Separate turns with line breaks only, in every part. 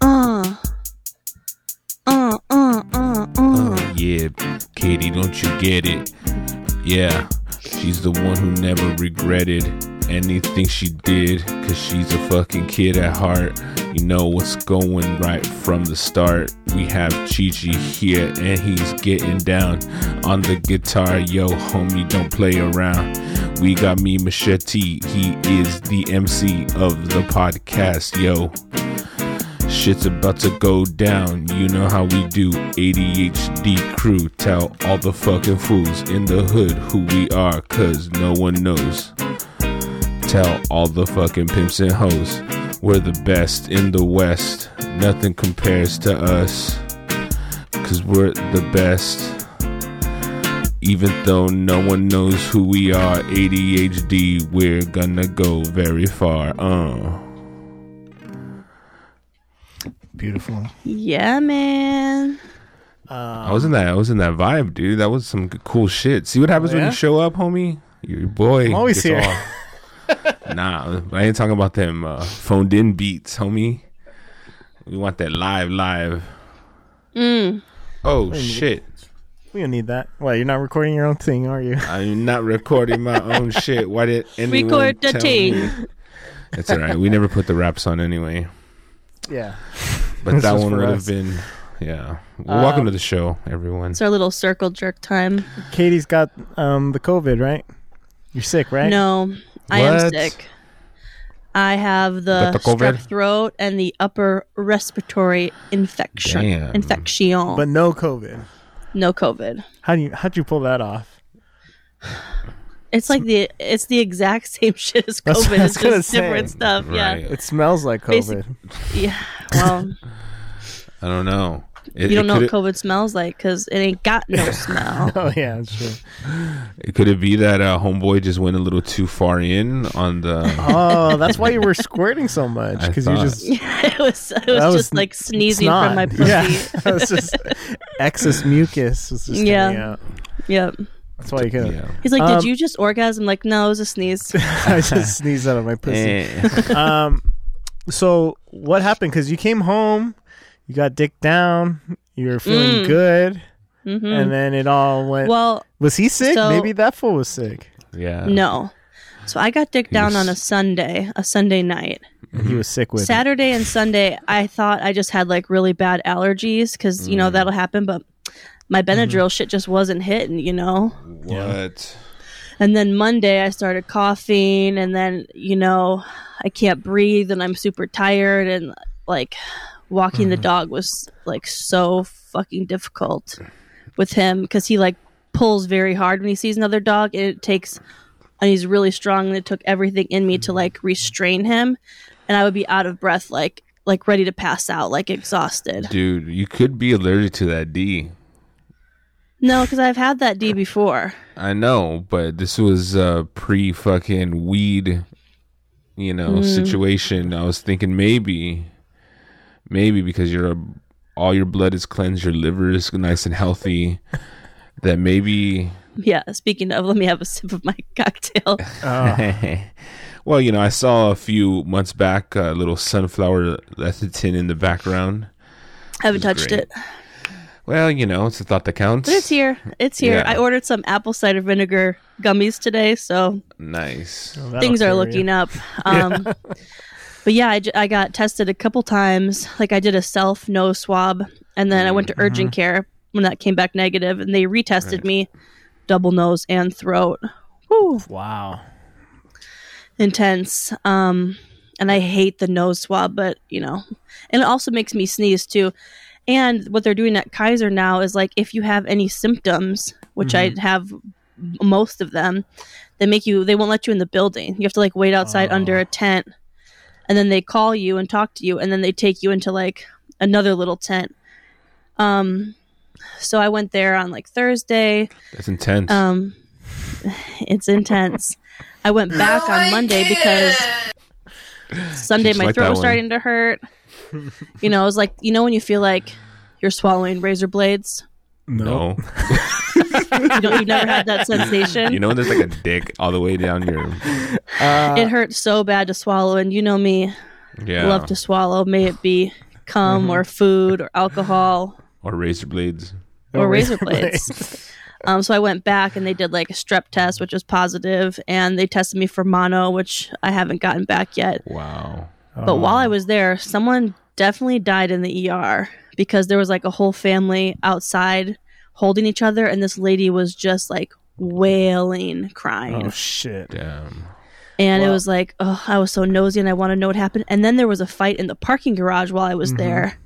Uh.
Mm.
uh.
Yeah, Katie, don't you get it? Yeah, she's the one who never regretted anything she did, cause she's a fucking kid at heart. You know what's going right from the start. We have Chi Chi here, and he's getting down on the guitar. Yo, homie, don't play around. We got me Machete, he is the MC of the podcast. Yo, Shit's about to go down, you know how we do. ADHD crew, tell all the fucking fools in the hood who we are, cause no one knows. Tell all the fucking pimps and hoes, we're the best in the West. Nothing compares to us, cause we're the best. Even though no one knows who we are, ADHD, we're gonna go very far. Uh.
Beautiful.
Yeah, man.
I was in that. I was in that vibe, dude. That was some cool shit. See what happens when
Oh, yeah?
you show up, homie. Your boy.
I'm always
gets
here.
all- nah, but I ain't talking about them uh, phoned in beats, homie. We want that live, live.
Mm.
Oh shit!
We don't need that. Well, you're not recording your own thing, are you?
I'm not recording my own shit. Why did anyone
Record the
tell
thing.
me? That's all right. We never put the raps on anyway.
yeah.
But
This
that
was
one
for
would have
us.
been, yeah. Well, welcome to the show, everyone.
It's our little circle jerk time.
Katie's got um the COVID, right? You're sick, right?
No, I am
What?
sick. I have the,
Got the
strep
COVID?
throat and the upper respiratory infection.
Damn.
Infection.
But no COVID.
no COVID.
How do you how'd you pull that off?
It's like the it's the exact same shit as
That's what
COVID.
I
It's
was gonna
just different
say.
stuff. Yeah.
Right.
It smells like COVID.
Basic- Yeah. Well,
I don't know. It,
you don't
it
know what
could've-
COVID smells like because it ain't got no smell.
Oh yeah, that's true.
Could it be that uh, homeboy just went a little too far in on the?
Oh, that's why you were squirting so much
I
because you
thought.
just
it was it was,
That was
just like sneezing
snot.
from my pussy.
Yeah, that was just excess mucus. Was just
Yeah.
coming out.
Yep.
That's why you could.
yeah.
He's like,
Um,
"Did you just orgasm?" Like, no, it was a sneeze.
I just sneezed out of my pussy. um, so what happened? Because you came home, you got dick down, you were feeling good, and then it all
Mm.
went.
Mm-hmm. Well,
was he sick?
so-
Maybe that fool was sick.
yeah.
no. So I got dick down on a
Uh, was-
Sunday, a Sunday night.
He was sick with. it.
Saturday and Sunday, I thought I just had like really bad allergies because you know that'll happen, but my Benadryl shit just wasn't hitting, you know.
What?
And then Monday, I started coughing, and then you know I can't breathe, and I'm super tired, and like walking the dog was like so fucking difficult with him because he like pulls very hard when he sees another dog, and it takes, and he's really strong, and it took everything in me to like restrain him, and I would be out of breath, like like ready to pass out, like exhausted.
Dude, you could be allergic to that D.
No, because I've had that D before.
I know, but this was uh, pre fucking weed, you know, situation. I was thinking maybe, maybe because your all your blood is cleansed, your liver is nice and healthy. That maybe
Yeah. Speaking of, let me have a sip of my cocktail.
well, you know, I saw a few months back a little sunflower lecithin in the background.
haven't touched
great.
it.
Well, you know, it's a thought that counts.
But it's here. It's here.
Yeah.
I ordered some apple cider vinegar gummies today, so
Nice.
Oh, That'll
things are
cure
looking
you.
up. Um, But yeah, I, j- I got tested a couple times. Like I did a self nose swab, and then I went to urgent care when that came back negative, and they retested me double nose and throat. Whew,
Wow.
intense. Um, and I hate the nose swab, but you know, and it also makes me sneeze too. And what they're doing at Kaiser now is like if you have any symptoms, which I have m- most of them, they make you they won't let you in the building. You have to like wait outside under a tent. And then they call you and talk to you and then they take you into like another little tent. Um so I went there on like Thursday.
That's intense.
Um it's intense. I went back on Monday because Sunday
Just
my
like that
throat was
one.
starting to hurt. you know, it was like you know when you feel like you're swallowing razor blades.
no.
You don't, you've never had that sensation.
you know when there's like a dick all the way down your
Uh,
it hurts so bad to swallow, and you know me,
yeah Mm-hmm.
love to swallow. May it be cum or food or alcohol.
or razor blades.
or razor blades. Um, so I went back and they did like a strep test, which was positive, and they tested me for mono, which I haven't gotten back yet.
Wow.
But while I was there, someone definitely died in the ER because there was like a whole family outside holding each other, and this lady was just like wailing, crying.
Oh shit!
Damn.
and it
wow.
was like, oh, I was so nosy and I want to know what happened. And then there was a fight in the parking garage while I was
Mm-hmm.
there.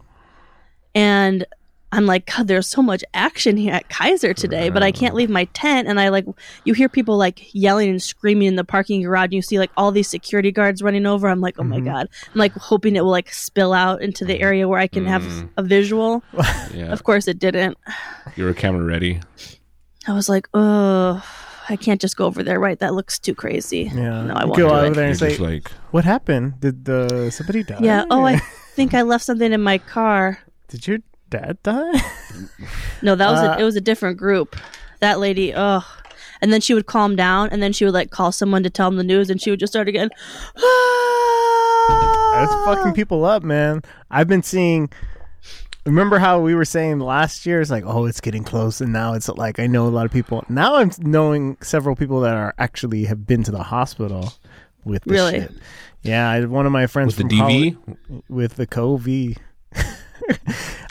And I'm like, God, there's so much action here at Kaiser today, but I can't leave my tent. And I like, you hear people like yelling and screaming in the parking garage. And you see like all these security guards running over. I'm like, oh
Mm-hmm.
my God. I'm like hoping it will like spill out into the area where I can
Mm-hmm.
have a visual.
Yeah.
of course, it didn't.
You were camera ready.
I was like, oh, I can't just go over there, right? That looks too crazy.
Yeah.
No, I
You
won't.
go
do
out
it.
over there
You're
and say,
just like,
"What happened? Did the somebody die?
Yeah. Oh, I think I left something in my car.
Did your dad die?
No, that was
Uh,
a, it. Was a different group. That lady. Oh, and then she would calm down, and then she would like call someone to tell them the news, and she would just start again. Ah!
That's
Oh.
fucking people up, man. I've been seeing. Remember how we were saying last year? It's like, oh, it's getting close, and now it's like I know a lot of people. Now I'm knowing several people that are actually have been to the hospital with this
Really?
shit. Yeah, I, one of my friends
with the
from college-
DV?
with the COVID.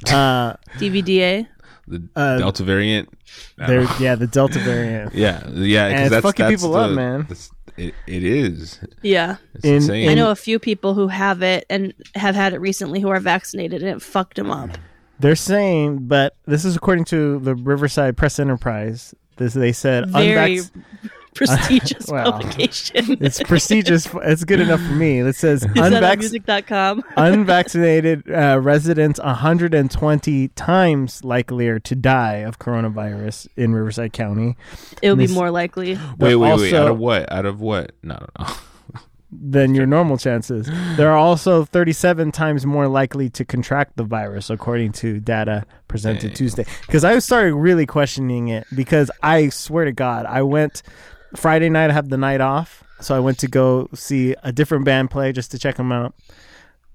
uh,
DVDA.
The
Uh,
Delta variant?
there, yeah, the Delta variant.
Yeah. Yeah.
And
Because
it's
that's,
fucking
that's
people
the,
up, man.
that's- It, it is.
Yeah,
It's
In-
insane.
I know a few people who have it and have had it recently who are vaccinated, and it fucked them up.
They're saying, but this is according to the Riverside Press Enterprise. This they said
Very
unvac-
prestigious
well,
publication.
It's prestigious. It's good enough for me. It says
Is that on
unvac-
music.com?
unvaccinated uh, residents 120 times likelier to die of coronavirus in Riverside County.
It would be
Miss-
more likely.
Wait,
They're
wait, wait.
also-
Out of what? Out of what? No, no, no.
than your normal chances. There are also 37 times more likely to contract the virus, according to data presented Tuesday. Because I started really questioning it because I swear to God, I went Friday night, I have the night off. So I went to go see a different band play just to check them out.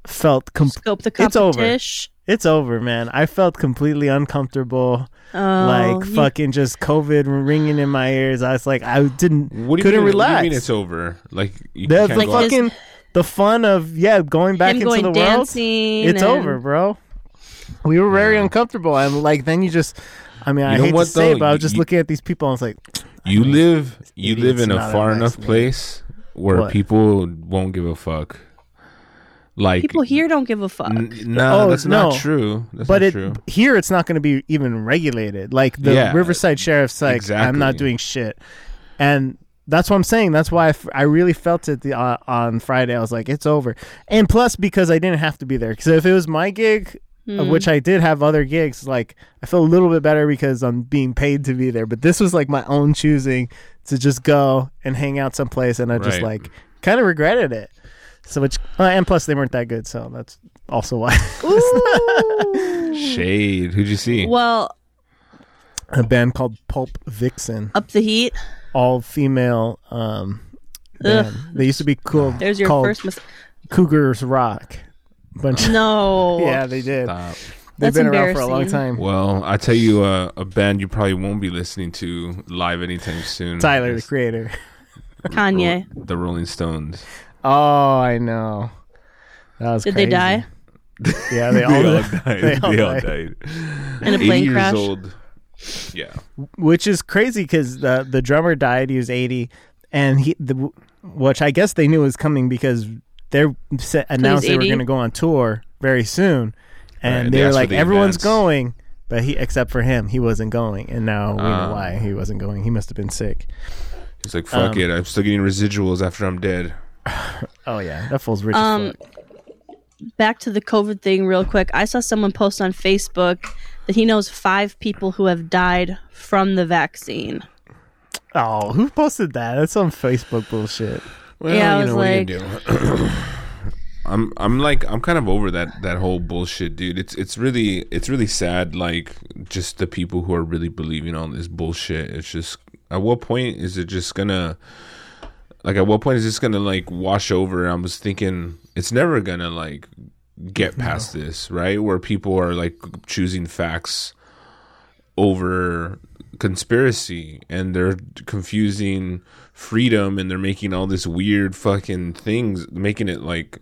Felt com-
Scope the
It's over.
competition.
it's over, man. I felt completely uncomfortable,
Oh,
like
you-
fucking just COVID ringing in my ears. I was like, I didn't,
What do you
couldn't
mean?
relax.
What do you mean it's over? Like, you
The,
can't
the
go
Like
out?
his-
fucking the fun of yeah going back
him
into
going
the world.
dancing.
It's
and-
over, bro. We were very uncomfortable. I'm like, then you just. I mean, I
know
hate
what,
to say,
though?
it, but I was just
You-
looking at these people. I was like,
You live you
idiots
live in
not
a far enough
vaccinated.
place where
What?
people won't give a fuck. Like
People here don't give a fuck.
n- no,
Oh,
that's
no.
not true. That's
but
not
it
true.
here it's not going to be even regulated. Like the
Yeah, e-
Riverside Sheriff's like, I'm not
exactly.
doing shit, and that's what I'm saying. That's why I, f- I really felt it the, uh, on Friday. I was like, it's over, and plus because I didn't have to be there. Because if it was my gig, of which I did have other gigs, like I feel a little bit better because I'm being paid to be there. But this was like my own choosing to just go and hang out someplace, and I just
Right.
like kind of regretted it. So which uh, and plus they weren't that good, so that's also why.
Ooh.
Shade. Who'd you see?
well,
a band called Pulp Vixen,
up the heat.
all female. Um,
Ugh.
band. They used to be cool.
There's your
called
first mistake.
Cougars Rock. Bunch.
No.
yeah, they did.
Stop.
They've
That's
been around for a long
embarrassing.
time.
Well, I tell you, uh, a band you probably won't be listening to live anytime soon.
Tyler, the
is
creator.
Kanye.
Ro- the Rolling Stones.
Oh, I know. That was
Did
crazy.
they die?
Yeah, they all.
died.
they all died.
In a
80
plane
years
crash?
old. Yeah.
which is crazy because the the drummer died. He was eighty, and he the which I guess they knew was coming because they're set, announced they were
80?
going to go on tour very soon, and
Right,
they,
they
were
asked for
like
the
everyone's
advance."
going, but he except for him, he wasn't going, and now we
Ah.
know why he wasn't going. He must have been sick.
He's like, fuck
Um,
it. I'm still getting residuals after I'm dead.
Oh yeah, that fool's rich.
Um,
as fuck.
Back to the COVID thing, real quick. I saw someone post on Facebook that he knows five people who have died from the vaccine.
Oh, who posted that? That's some Facebook bullshit.
Well,
Yeah, I
you
was
know, what are you gonna do? I'm I'm like I'm kind of over that that whole bullshit, dude. It's it's really it's really sad. Like just the people who are really believing on this bullshit. It's just at what point is it just gonna like at what point is this gonna like wash over? I was thinking it's never gonna like get past this, right? Where people are like choosing facts over conspiracy and they're confusing freedom and they're making all this weird fucking things making it like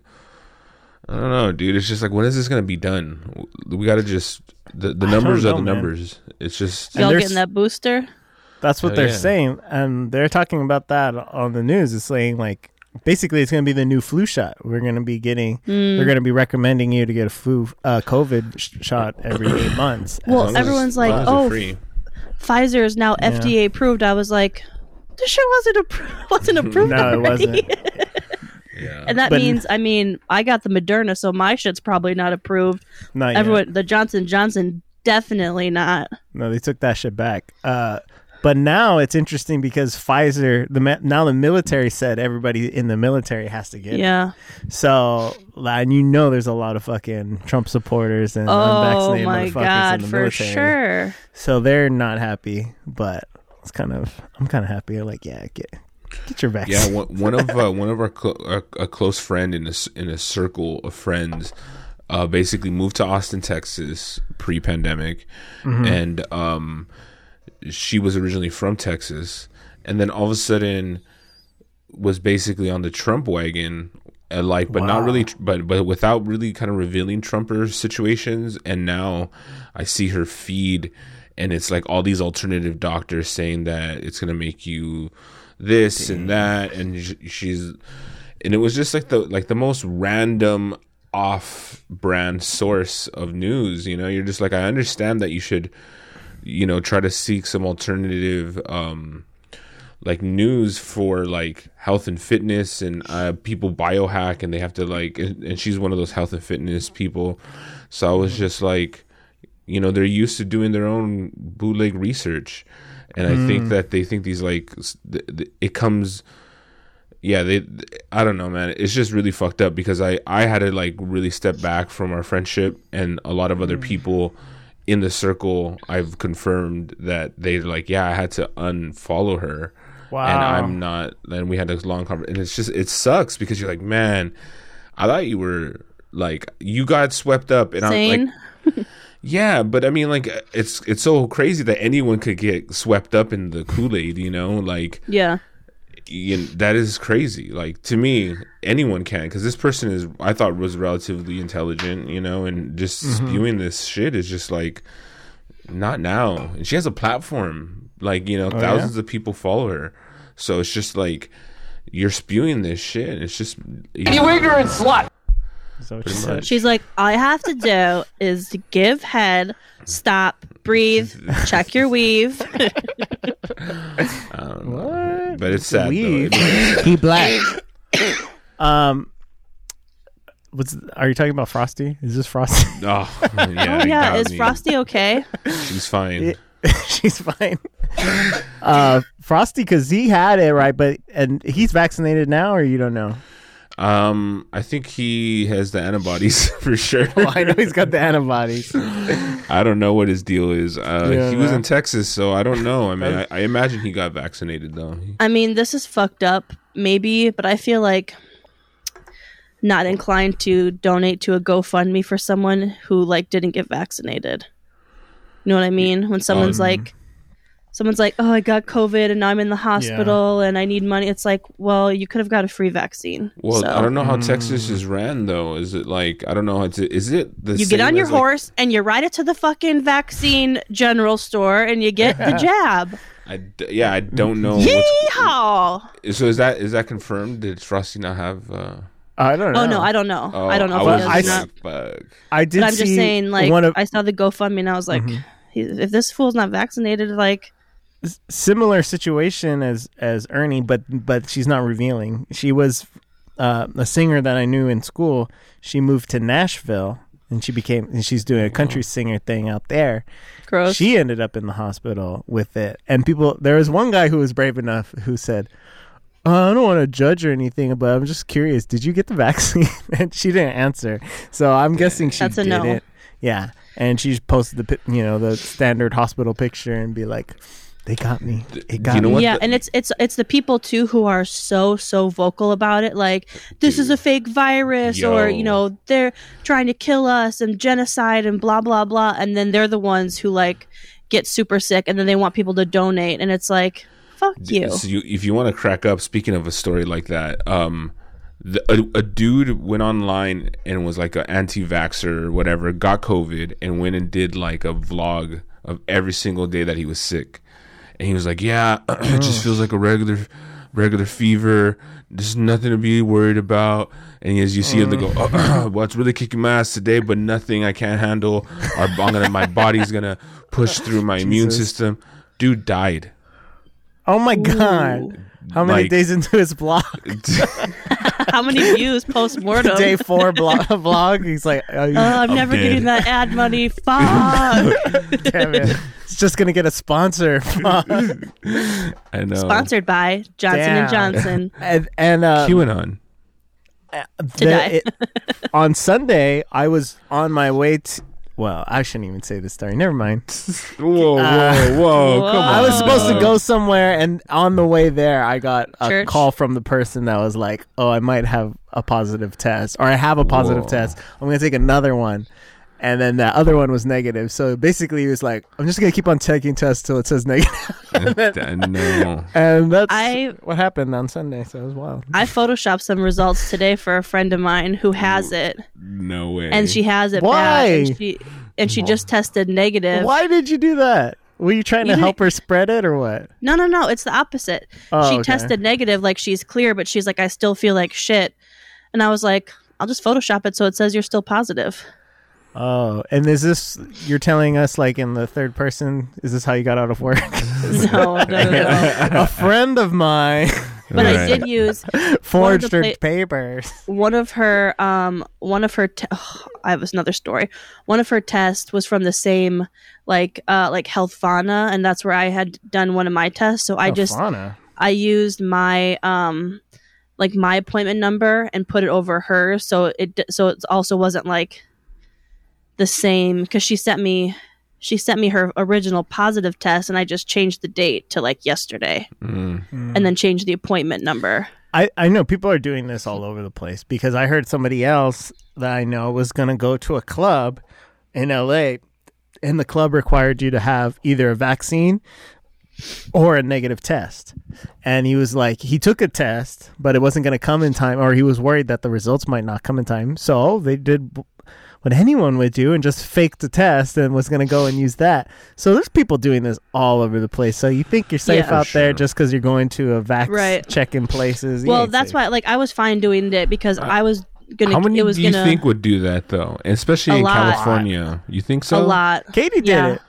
I don't know, dude. It's just like when is this gonna be done? We gotta just the, the
I
numbers
don't
are the
know, man.
numbers. It's just
And
Y'all
there's-
getting that booster?
That's what
Oh,
they're
yeah.
saying, and they're talking about that on the news. It's saying like basically it's going to be the new flu shot. We're going to be getting.
Mm.
They're going to be recommending you to get a flu uh, COVID sh- shot every eight months. And
Well,
it's
As long as-
everyone's
as
like,
long as they're
"Oh,
free."
Pfizer is now FDA approved. I was like, this shit wasn't approved. Wasn't approved.
no, it
already."
wasn't.
yeah.
And that
But-
means, I mean, I got the Moderna, so my shit's probably not approved.
Not Everyone,
Everyone, the Johnson Johnson, definitely not.
no, they took that shit back. Uh, but now it's interesting because Pfizer, the ma- now the military said everybody in the military has to get. it.
Yeah.
So and you know there's a lot of fucking Trump supporters and
Oh
unvaccinated motherfuckers
my
in
god,
the
for
military.
sure.
So they're not happy, but it's kind of I'm kind of happy. I'm like, yeah, get get your vaccine.
Yeah, one, one of uh, one of our clo a, a close friend in a s- in a circle of friends, uh, basically moved to Austin, Texas, pre pandemic, and um, she was originally from Texas, and then all of a sudden was basically on the Trump wagon, uh, like, but not really, tr- but but without really kind of revealing Trumper situations. And now I see her feed, and it's like all these alternative doctors saying that it's gonna make you this and that, and sh- she's, and it was just like the like the most random off-brand source of news. You know, you're just like, I understand that you should you know try to seek some alternative um like news for like health and fitness and uh, people biohack and they have to like and, and she's one of those health and fitness people so i was just like you know they're used to doing their own bootleg research and i think that they think these like s- th- th- it comes yeah they i don't know man it's just really fucked up because i i had to like really step back from our friendship and a lot of other people in the circle i've confirmed that they like yeah i had to unfollow her and
Wow.
i'm not and we had this long conversation and it's just it sucks because you're like man i thought you were like you got swept up and i'm like
Zane,
yeah, but I mean, like, it's it's so crazy that anyone could get swept up in the Kool Aid, you know? Like,
yeah.
you that is crazy. Like to me, anyone can because this person is I thought was relatively intelligent, you know, and just spewing this shit is just like not now. And she has a platform, like you know, thousands of people follow her, so it's just like you're spewing this shit. and It's just
You ignorant slut!
So what you said.
She's like, all I have to do is to give head, stop, breathe, check your weave.
What?
but it's sad. Though.
Weave.
It really is sad.
He black. um, what's are you talking about Frosty? Is this Frosty?
Oh, yeah,
oh
it
yeah,
got
is
me.
Frosty okay?
She's fine.
She's fine. Uh, Frosty, because he had it right, but and he's vaccinated now, or you don't know.
Um, I think he has the antibodies for sure.
I know he's got the antibodies.
I don't know what his deal is. Uh,
Yeah,
he was
man.
in Texas, so I don't know. I mean, I, I imagine he got vaccinated though. He-
I mean, this is fucked up, maybe, but I feel like not inclined to donate to a GoFundMe for someone who like didn't get vaccinated. You know what I mean? When someone's
Um,
like someone's like, "Oh, I got COVID and now I'm in the hospital and I need money." It's like, "Well, you could have got a free vaccine."
Well,
so
I don't know how Texas
Mm.
is ran though. Is it like I don't know? It's, is it the
you get
same
on your
as, like-
horse and you ride it to the fucking vaccine general store and you get the jab.
I d- yeah, I don't know. Oh, what's-
Yeehaw!
so is that is that confirmed? Did Frosty not have? Uh,
I don't know.
Oh no, I don't know.
oh,
I don't know.
I
if
was
it
I
does
just
or
s-
not.
like, fuck.
I did.
But I'm just
see
saying, like,
one of Mm-hmm.
I saw the GoFundMe and I was like, "He- if this fool's not vaccinated, like,
similar situation as as Ernie, but but she's not revealing. She was uh, a singer that I knew in school. She moved to Nashville and she became and she's doing a country singer thing out there.
gross.
She ended up in the hospital with it, and people. There was one guy who was brave enough who said. Uh, I don't want to judge or anything, but I'm just curious. Did you get the vaccine? and she didn't answer, so I'm guessing she
That's a
did
no.
it. Yeah, and she just posted the pic- you know the standard hospital picture and be like, "They got me. It got
you know
me."
what
yeah,
the-
and it's it's it's the people too who are so so vocal about it. Like, this is a fake virus, or
Yo.
you know, they're trying to kill us and genocide and blah blah blah. And then they're the ones who like get super sick and then they want people to donate and it's like fuck you.
So you, if you want to crack up, speaking of a story like that, um, the, a, a dude went online and was like an anti-vaxxer or whatever, got COVID, and went and did like a vlog of every single day that he was sick, and he was like, "Yeah, it just feels like a regular, regular fever. There's nothing to be worried about." And as you see him, they go, "Well, it's really kicking my ass today, but nothing I can't handle. Our, I'm gonna, my body's gonna push through my immune
Jesus.
system." Dude died.
Oh my god! How many
Like-
days into his blog?
How many views post mortem?
Day four blog, vlog. He's like, oh, you-
Oh, I'm never
dead.
getting that ad money. Fuck.
damn it! It's just gonna get a sponsor. Fuck.
I know.
Sponsored by Johnson and
Damn.
Johnson.
and and uh,
QAnon.
the-
die.
it- on Sunday, I was on my way to. Well, I shouldn't even say this story. Never mind.
Whoa, whoa, whoa!
Uh, Whoa.
Come on.
I was supposed to
dog.
go somewhere, and on the way there, I got a
Oh. Church?
call from the person that was like, "Oh, I might have a positive test, or I have a positive
Whoa.
test. I'm gonna take another one." And then that other one was negative. So basically, he was like, "I'm just gonna keep on taking tests till it says negative."
I know.
and that's
I-
what happened on Sunday. So it was wild.
I photoshopped some results today for a friend of mine who has it,
No way.
and she has it
Why?
bad, and she and she just tested negative.
Why did you do that? Were you trying
You
to
didn't-
help her spread it, or what?
No, no, no. It's the opposite.
Oh,
she
okay.
tested negative, like she's clear, but she's like, I still feel like shit. And I was like, I'll just Photoshop it so it says you're still positive.
Oh, and is this you're telling us like in the third person? Is this how you got out of work?
No, no, no, no.
a friend of mine
But I
Right.
did use
forged her
pla-
papers.
one of her um one of her te- I have another story. One of her tests was from the same like uh like health fauna and that's where I had done one of my tests. So I just
Fauna.
I used my um like my appointment number and put it over hers so it d- so it also wasn't like the same cuz she sent me she sent me her original positive test and I just changed the date to like yesterday
Mm.
and then changed the appointment number.
I, I know people are doing this all over the place because I heard somebody else that I know was going to go to a club in LA, and the club required you to have either a vaccine or a negative test. And he was like, he took a test, but it wasn't going to come in time, or he was worried that the results might not come in time. So they did b- what anyone would do and just faked the test and was going to go and use that. So there's people doing this all over the place. So you think you're safe
Yeah.
out there just because you're going to a vaccine
Right.
check in places.
Well, that's why like I was fine doing it because I was going
Uh, How
to
many
it was
do you
going to
think would do that though? Especially
A
in
lot.
California, you think
a
so?
lot.
Katie did
Yeah.
it.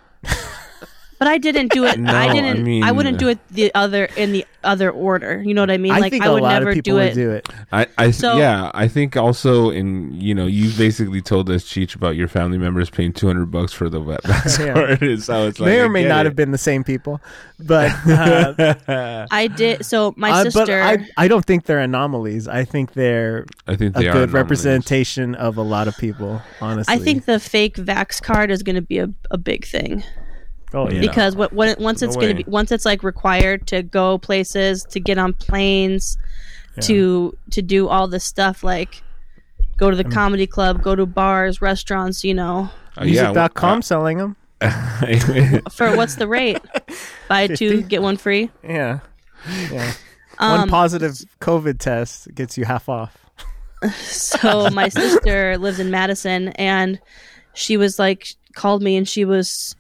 But I didn't do it.
No,
I
I
didn't. I,
mean-
wouldn't do it the other in the other order. You know what I mean?
I
like
think
I
a
would
lot
never
of
do
people would
it.
do it.
I, I th-
So-
yeah, I think also in you know you basically told us Cheech about your family members paying two hundred bucks for the va- vaccine
Yeah.
card, so it's like
may
I
or may
get
not
it.
have been the same people, but uh,
I did. So my
uh,
sister.
but I I don't think they're anomalies. I think they're
I think
a
they are
good
anomalies.
representation of a lot of people. Honestly,
I think the fake vax card is going to be a, a big thing
Oh yeah.
because what, when it, once
No
it's going
way.
to be once it's like required to go places to get on planes to to do all this stuff like go to the comedy club, go to bars, restaurants, you know.
Uh, yeah,
Music.com selling them.
I-
For what's the rate? Buy two, get one free.
Yeah. Yeah.
Um,
One positive COVID test gets you half off.
so my sister lives in Madison and she was like called me and she was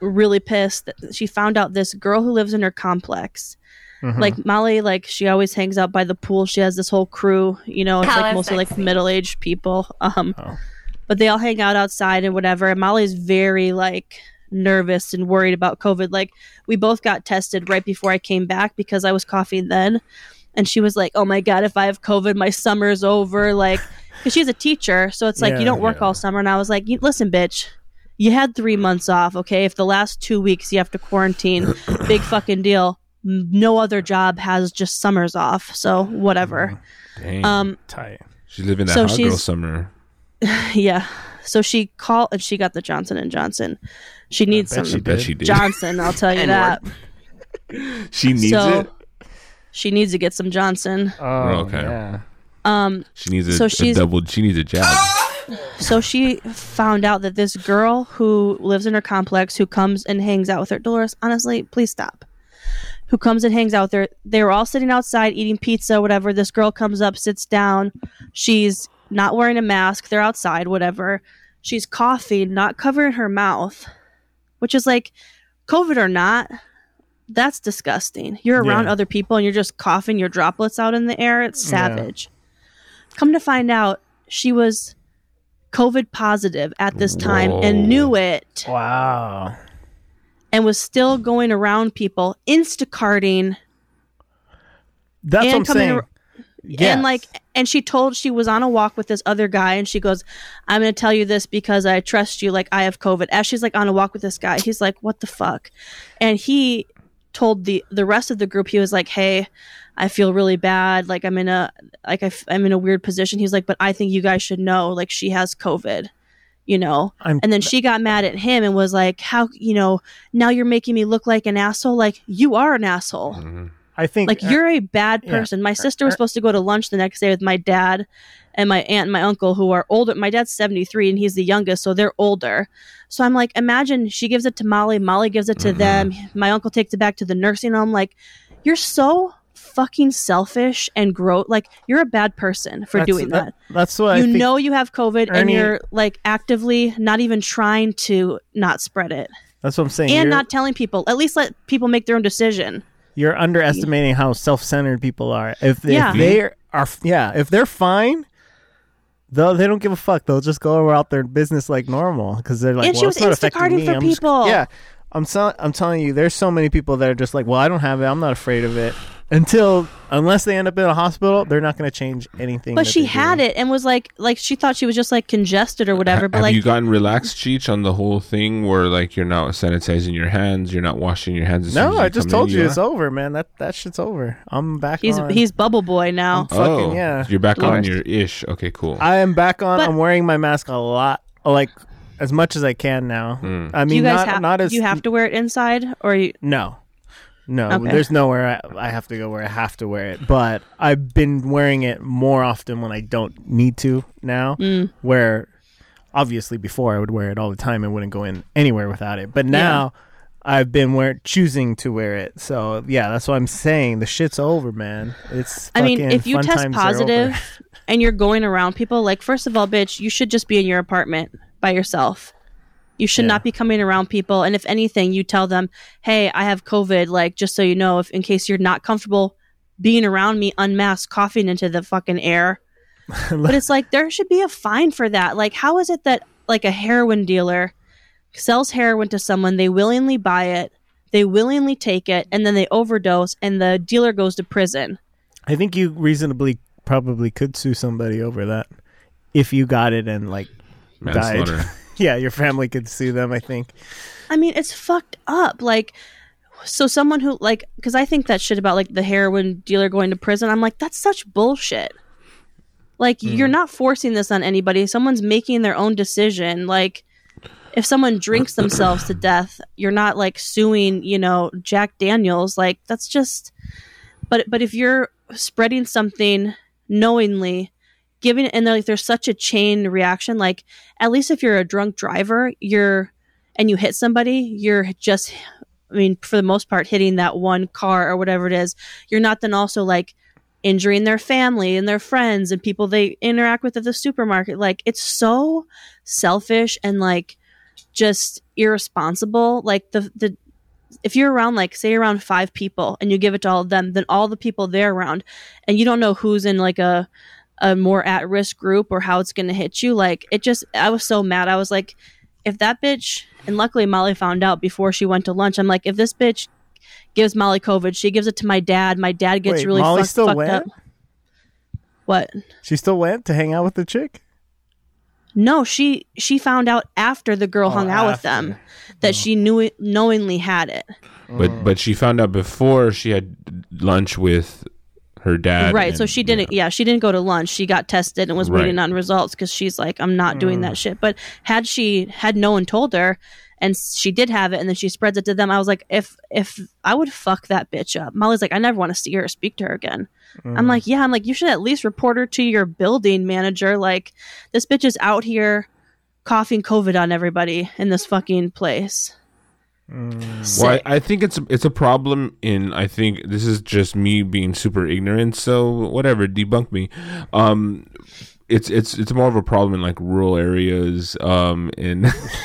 really pissed that she found out this girl who lives in her complex like Molly like she always hangs out by the pool she has this whole crew you know it's like
How
mostly like
sexy.
middle-aged people um
Oh.
but they all hang out outside and whatever and Molly's very like nervous and worried about covid like we both got tested right before I came back because I was coughing then and she was like, "Oh my god, if I have COVID, my summer's over." Like, because she's a teacher, so it's like
Yeah,
you don't work
yeah.
all summer. And I was like, "You- "Listen, bitch, you had three months off. Okay, if the last two weeks you have to quarantine, big fucking deal. M- No other job has just summers off, so whatever."
Dang.
Um,
Tight.
she's living that
so
hot girl
she's-
summer.
yeah. So she called and she got the Johnson and Johnson. She needs
bet
some
I
she
bet
did.
she did.
Johnson. I'll tell you that.
she needs
so
it.
she needs to get some Johnson.
Oh,
Okay.
yeah.
Um,
She needs a,
so
a
she's-
double. She needs a jab.
So she found out that this girl who lives in her complex, who comes and hangs out with her, Dolores, honestly, please stop. Who comes and hangs out there? They were all sitting outside eating pizza, whatever. This girl comes up, sits down. She's not wearing a mask. They're outside, whatever. She's coughing, not covering her mouth, which is like COVID or not. That's disgusting. You're around
Yeah.
other people and you're just coughing your droplets out in the air. It's
Yeah.
savage. Come to find out, she was COVID positive at this time
Whoa.
and knew it
Wow.
and was still going around people, Instacarting.
That's
And
what I'm
coming
saying.
ar- And like, and she told she was on a walk with this other guy, and she goes, "I'm going to tell you this because I trust you. Like I have COVID." As she's like on a walk with this guy, he's like, "What the fuck?" And he told the the rest of the group, he was like, "Hey, I feel really bad. Like I'm in a like I f- I'm in a weird position." He's like, "But I think you guys should know. Like she has COVID." You know,
I'm-
and then she got mad at him and was like, "How you know? Now you're making me look like an asshole. Like you are an asshole."
I think
like you're a bad
yeah.
person. My sister was supposed to go to lunch the next day with my dad and my aunt and my uncle who are older. My dad's 73 and he's the youngest, so they're older. So I'm like, imagine she gives it to Molly, Molly gives it to
Mm-hmm.
them. My uncle takes it back to the nursing home. Like, you're so fucking selfish and gross. Like, you're a bad person for
that's-
doing that.
That's what I
You
think-
know you have COVID and
Ernie-
you're like actively not even trying to not spread it
That's what I'm saying.
and
you're,
not telling people. At least let people make their own decision.
you're underestimating how self-centered people are. If,
Yeah.
if they are, f- yeah, if they're fine, though they don't give a fuck. They'll just go about their business like normal because they're like,
And
well,
she
it's
was
not affecting
Instacarting
me.
for
I'm just-
people.
yeah, I'm so, I'm telling you, there's so many people that are just like, well, I don't have it. I'm not afraid of it. Until unless they end up in a hospital, they're not going to change anything.
But she had it and was like, like she thought she was just like congested or whatever. But
Have
like,
you gotten relaxed, Cheech, on the whole thing where like you're not sanitizing your hands, you're not washing your hands? as soon
No,
as
I just
come
told
in,
you, it's
are?
over, man. That that shit's over. I'm back.
he's
on.
he's bubble boy now.
I'm fucking-
oh,
yeah.
You're back on
Lord.
your ish. Okay, cool.
I am back on.
But-
I'm wearing my mask a lot, like as much as I can now. I
Do
mean,
you guys
not
have
not as
you have to wear it inside or you,
no, no.
Okay.
There's nowhere I, I have to go where I have to wear it, but I've been wearing it more often when I don't need to now.
Hmm.
Where obviously before I would wear it all the time and wouldn't go in anywhere without it, but now. I've been wear- choosing to wear it, so yeah, that's what I'm saying. The shit's over, man. It's.
I mean,
fucking
if you
fun
test
times are over.
positive and you're going around people, like first of all, bitch, you should just be in your apartment by yourself. You should not be coming around people. And if anything, you tell them, "Hey, I have COVID." Like, just so you know, if in case you're not comfortable being around me, unmasked, coughing into the fucking air. but it's like there should be a fine for that. Like, how is it that like a heroin dealer sells heroin to someone, they willingly buy it, they willingly take it, and then they overdose, and the dealer goes to prison?
I think you reasonably probably could sue somebody over that if you got it and like died.
Manslaughter.
yeah, your family could sue them. I think.
I mean, it's fucked up. Like, so someone who like, because I think that shit about like the heroin dealer going to prison. I'm like, that's such bullshit. Like, you're not forcing this on anybody. Someone's making their own decision. Like, if someone drinks themselves to death, you're not like suing, you know, Jack Daniels. Like, that's just. But but if you're spreading something knowingly, giving and like there's such a chain reaction. Like, at least if you're a drunk driver, you're and you hit somebody, you're just, I mean, for the most part, hitting that one car or whatever it is. You're not then also like injuring their family and their friends and people they interact with at the supermarket. Like, it's so selfish and like just irresponsible. Like, the, the, if you're around, like, say, you're around five people and you give it to all of them, then all the people they're around, and you don't know who's in like a, a more at risk group or how it's going to hit you. Like, it just, I was so mad. I was like, if that bitch and luckily Molly found out before she went to lunch. I'm like, if this bitch gives Molly COVID, she gives it to my dad. My dad gets
Wait,
really
Molly
fucked,
still
fucked
went?
up. What?
She still went to hang out with the chick.
No, she she found out after the
Oh,
girl hung out
Oh,
with them that she knew it, knowingly had it.
But but she found out before she had lunch with her dad.
right. So
and-
she didn't. Yeah. she didn't go to lunch. She got tested and was
Right.
Mm.
waiting on results because she's like, I'm not doing that shit. But had she had no one told her, and she did have it and then she spreads it to them i was like if if i would fuck that bitch up molly's like i never want to see her or speak to her again
Mm,
i'm like yeah i'm like you should at least report her to your building manager like this bitch is out here coughing covid on everybody in this fucking place
Mm.
Well,
Sick.
I, I think it's it's a problem in I think this is just me being super ignorant. So whatever, debunk me. Um, it's it's it's more of a problem in like rural areas. Um, in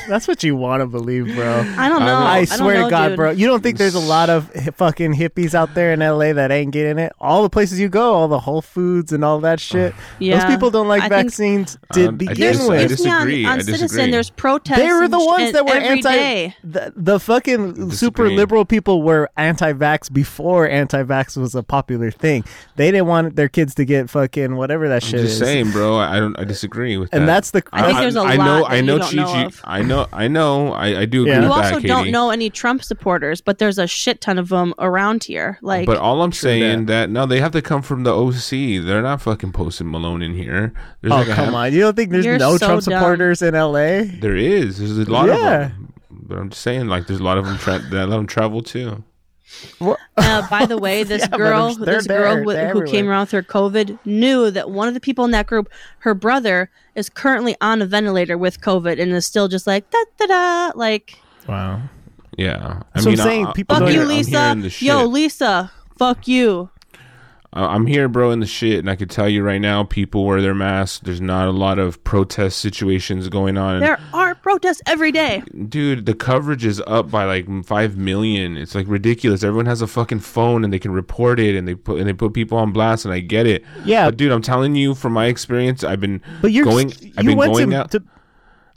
That's what you want to believe, bro.
I don't know.
I,
don't
swear
know,
to God,
dude.
bro. You don't think there's a lot of hi- fucking hippies out there in LA that ain't getting it? All the places you go, all the Whole Foods and all that shit.
Yeah.
Those people don't like
I think-
vaccines to
Um, I
begin
just- I
with.
just-
It's me on-
disagree.
On,
I
Citizen,
disagree.
there's protests.
they were the
and sh-
ones
and
that were
every
anti.
day.
The, the fucking super
Disagree.
liberal people were anti-vax before anti-vax was a popular thing. They didn't want their kids to get fucking whatever that shit
just
is.
saying, bro. I, I don't. I disagree with that.
And that's the
I think there's a
I
lot
know.
that
I
you
know.
don't
Chi
know
Chi-
of.
I know. I know. I, I do agree
Yeah.
with
You
that,
also don't
Katie.
know any Trump supporters, but there's a shit ton of them around here. Like,
But all I'm saying
that.
that. no, they have to come from the OC. They're not fucking posting Malone in here. There's
Oh
like a half-
come on! You don't think there's
You're
no
so
Trump
dumb.
supporters in L.A.?
There is. There's a lot of
Yeah.
them. But I'm just saying, like, there's a lot of them. Tra- that let them travel too.
uh, by the way, this
Yeah, but
girl,
they're-
this
they're
girl
there.
who-
They're
who came
everywhere.
around with her COVID knew that one of the people in that group, her brother, is currently on a ventilator with COVID and is still just like da da da, like
Wow.
Yeah. I
That's what I'm saying. People
fuck
don't
you,
I'm
Lisa.
I'm here,
Yo, Lisa, fuck you.
I- I'm here, bro, in the shit, and I could tell you right now, people wear their masks. There's not a lot of protest situations going on.
There are protests every day.
Dude, the coverage is up by like five million. It's like ridiculous. Everyone has a fucking phone and they can report it, and they put and they put people on blast. And I get it.
Yeah.
but dude, I'm telling you from my experience, I've been
But you're
going.
You
I've been
went
going
to,
out.
to-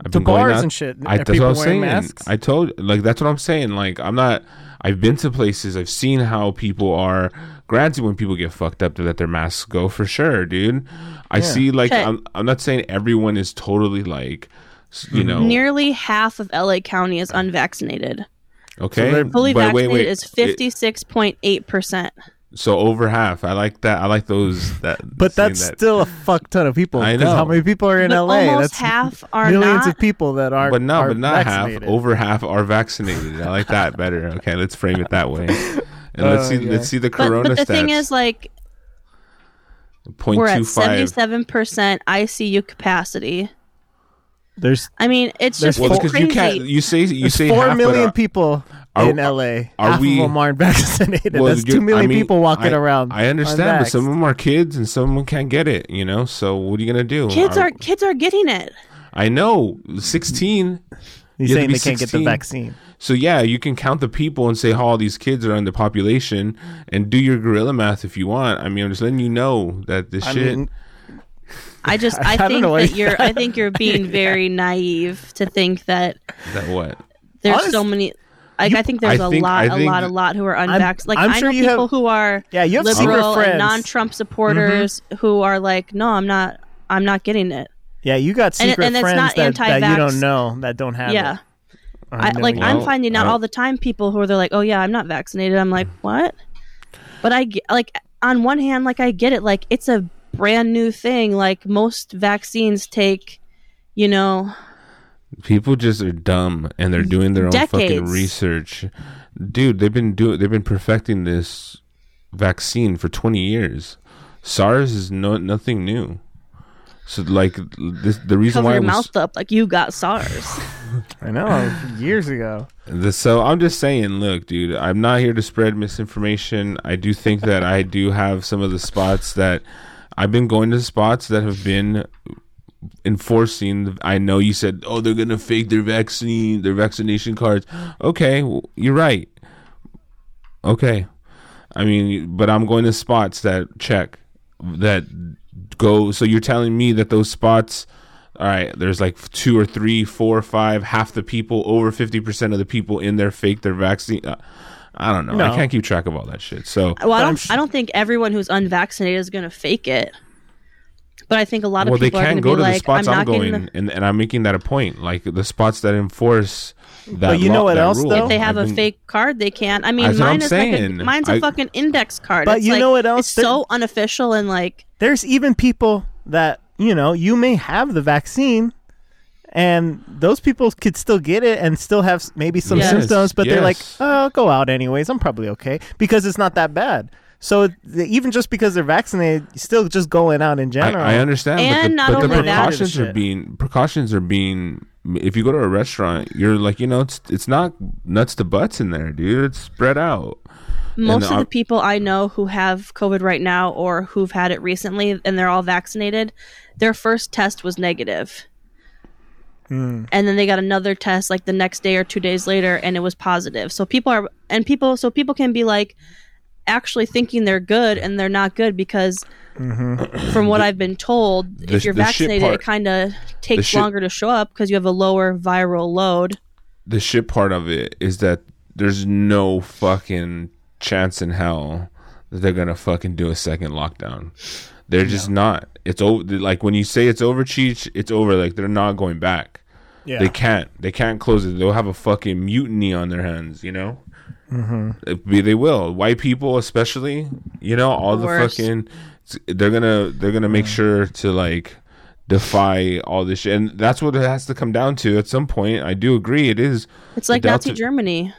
I've
to
been going
bars
out-
and shit,
I,
are
that's
people
what I'm saying.
wearing masks?
I told like that's what I'm saying. Like I'm not. I've been to places. I've seen how people are. Granted, when people get fucked up, they let their masks go for sure, dude. I see. Like
Okay.
I'm. I'm not saying everyone is totally like. s-
Mm-hmm.
You know.
Nearly half of LA County is unvaccinated.
okay.
they're
Fully
but wait,
vaccinated
wait.
is
It-
fifty six point eight percent.
So over half. I like that. I like those. That.
but
seeing
that's
that.
still a fuck ton of people.
I
'cause
know.
how many people are in
But
L.A.
almost
that's
half are
millions
not.
of people that aren't.
But no,
are
but not
vaccinated.
half. Over half are vaccinated. I like that better. Okay, let's frame it that way. And let's
Oh,
see.
yeah.
Let's see the
But,
corona
but the thing
stats.
is, like,
Point
we're at
two five.
77% ICU capacity.
There's
I mean, it's
There's
just
Well,
It's
because
crazy.
you can't. You say you say
four
half,
million
but, uh,
people
are-
in L.A.
are
Half
we-
of them aren't vaccinated.
uh, well,
that's
you-
two million
I mean,
people walking
I-
around.
I understand, but
unvaxxed.
some of them are kids and some of them can't get it. You know, so what are you gonna do?
kids
I,
are kids are getting it.
I know sixteen.
He's
you have to
saying
be
they can't get the
16.
vaccine.
So yeah, you can count the people and say how all these kids are in the population, and do your gorilla math if you want. I mean, I'm just letting you know that this
I
shit.
mean,
I just
I
I,
don't
think
know why-
that you're I think you're being very naive to think that
that what?
there's
Honest-
so many like I think there's
I
a
think-
lot
I
a
think-
lot a lot who are unvaxxed. Like
I'm
I
sure
know
you have-
people who are
Yeah, you have secret
liberal
friends. Mm-hmm.
and non-Trump supporters who are like, "No, I'm not I'm not getting it."
yeah, you got
And it-
secret
and it's
friends
not
that, that you
anti-vax.
don't know that don't have
yeah.
it.
I, like
no.
I'm
Well,
finding out
I-
all the time people who are they're like, oh yeah, I'm not vaccinated. I'm like, what? But I get, like on one hand, like I get it. Like it's a brand new thing. Like most vaccines take, you know,
People just are dumb and they're doing their own fucking
Decades.
research. Dude, they've been doing they've been perfecting this vaccine for 20 years. SARS is no nothing new. So like this, the reason
cover
why
your
it was,
mouth up like you got SARS.
I know. Years ago.
The, so I'm just saying, look, dude, I'm not here to spread misinformation. I do think that I do have some of the spots that I've been going to spots that have been enforcing. the- I know you said, oh, they're gonna fake their vaccine, their vaccination cards. Okay, well, you're right. Okay, I mean, but I'm going to spots that check that go. So you're telling me that those spots, all right, there's like two or three, four or five, half the people, over 50% of the people in there fake their vaccine. Uh, I don't know. I
No.
can't keep track of all that shit. So,
Well, I
I'm
don't.
sh-
I don't think everyone who's unvaccinated is going to fake it. But I think a lot of
well, they
people are
can
going
go
be
to the
like, I'm
spots I'm,
not
going,
getting. The-
and, and I'm making that a point. Like the spots that enforce that.
But you
law-
know what
that
else,
rule.
though?
if they have
I've
a
been-
fake card, they can. I mean,
That's what
mine
I'm
is
saying.
like a, mine's a
I-
fucking index card.
But
It's
you
like-
know what else?
It's
There-
so unofficial and like
There's even people that, you know, you may have the vaccine and those people could still get it and still have s- maybe some
Yes.
symptoms, but they're like,
yes.
"Oh, I'll go out anyways. I'm probably okay because it's not that bad." So it- the- even just because they're vaccinated, you're still just going out in general.
I, I understand,
And
but
not
the, but the
only that-
precautions
Shit.
are being precautions are being. If you go to a restaurant, you're like, you know, it's it's not nuts to butts in there, dude. It's spread out.
Most
I-
of the people I know who have COVID right now or who've had it recently and they're all vaccinated, their first test was negative. And then they got another test like the next day or 2 days later and it was positive. So people are and people so people can be like actually thinking they're good and they're not good because from what I've been told,
the-
if you're
the shit
vaccinated it
part-
kind of takes
shit-
longer to show up because you have a lower viral load.
the shit part of it is that there's no fucking chance in hell that they're gonna fucking do a second lockdown. They're just not. It's over. Like when you say it's over, Cheech, it's over. Like they're not going back.
yeah.
They can't. They can't close it. They'll have a fucking mutiny on their hands. You know. It be- they will. White people, especially. You know, all the
Worse.
fucking. They're gonna. They're gonna make sure to like defy all this shit, and that's what it has to come down to at some point. I do agree. It is
It's like
The
Nazi
Delta-
Germany.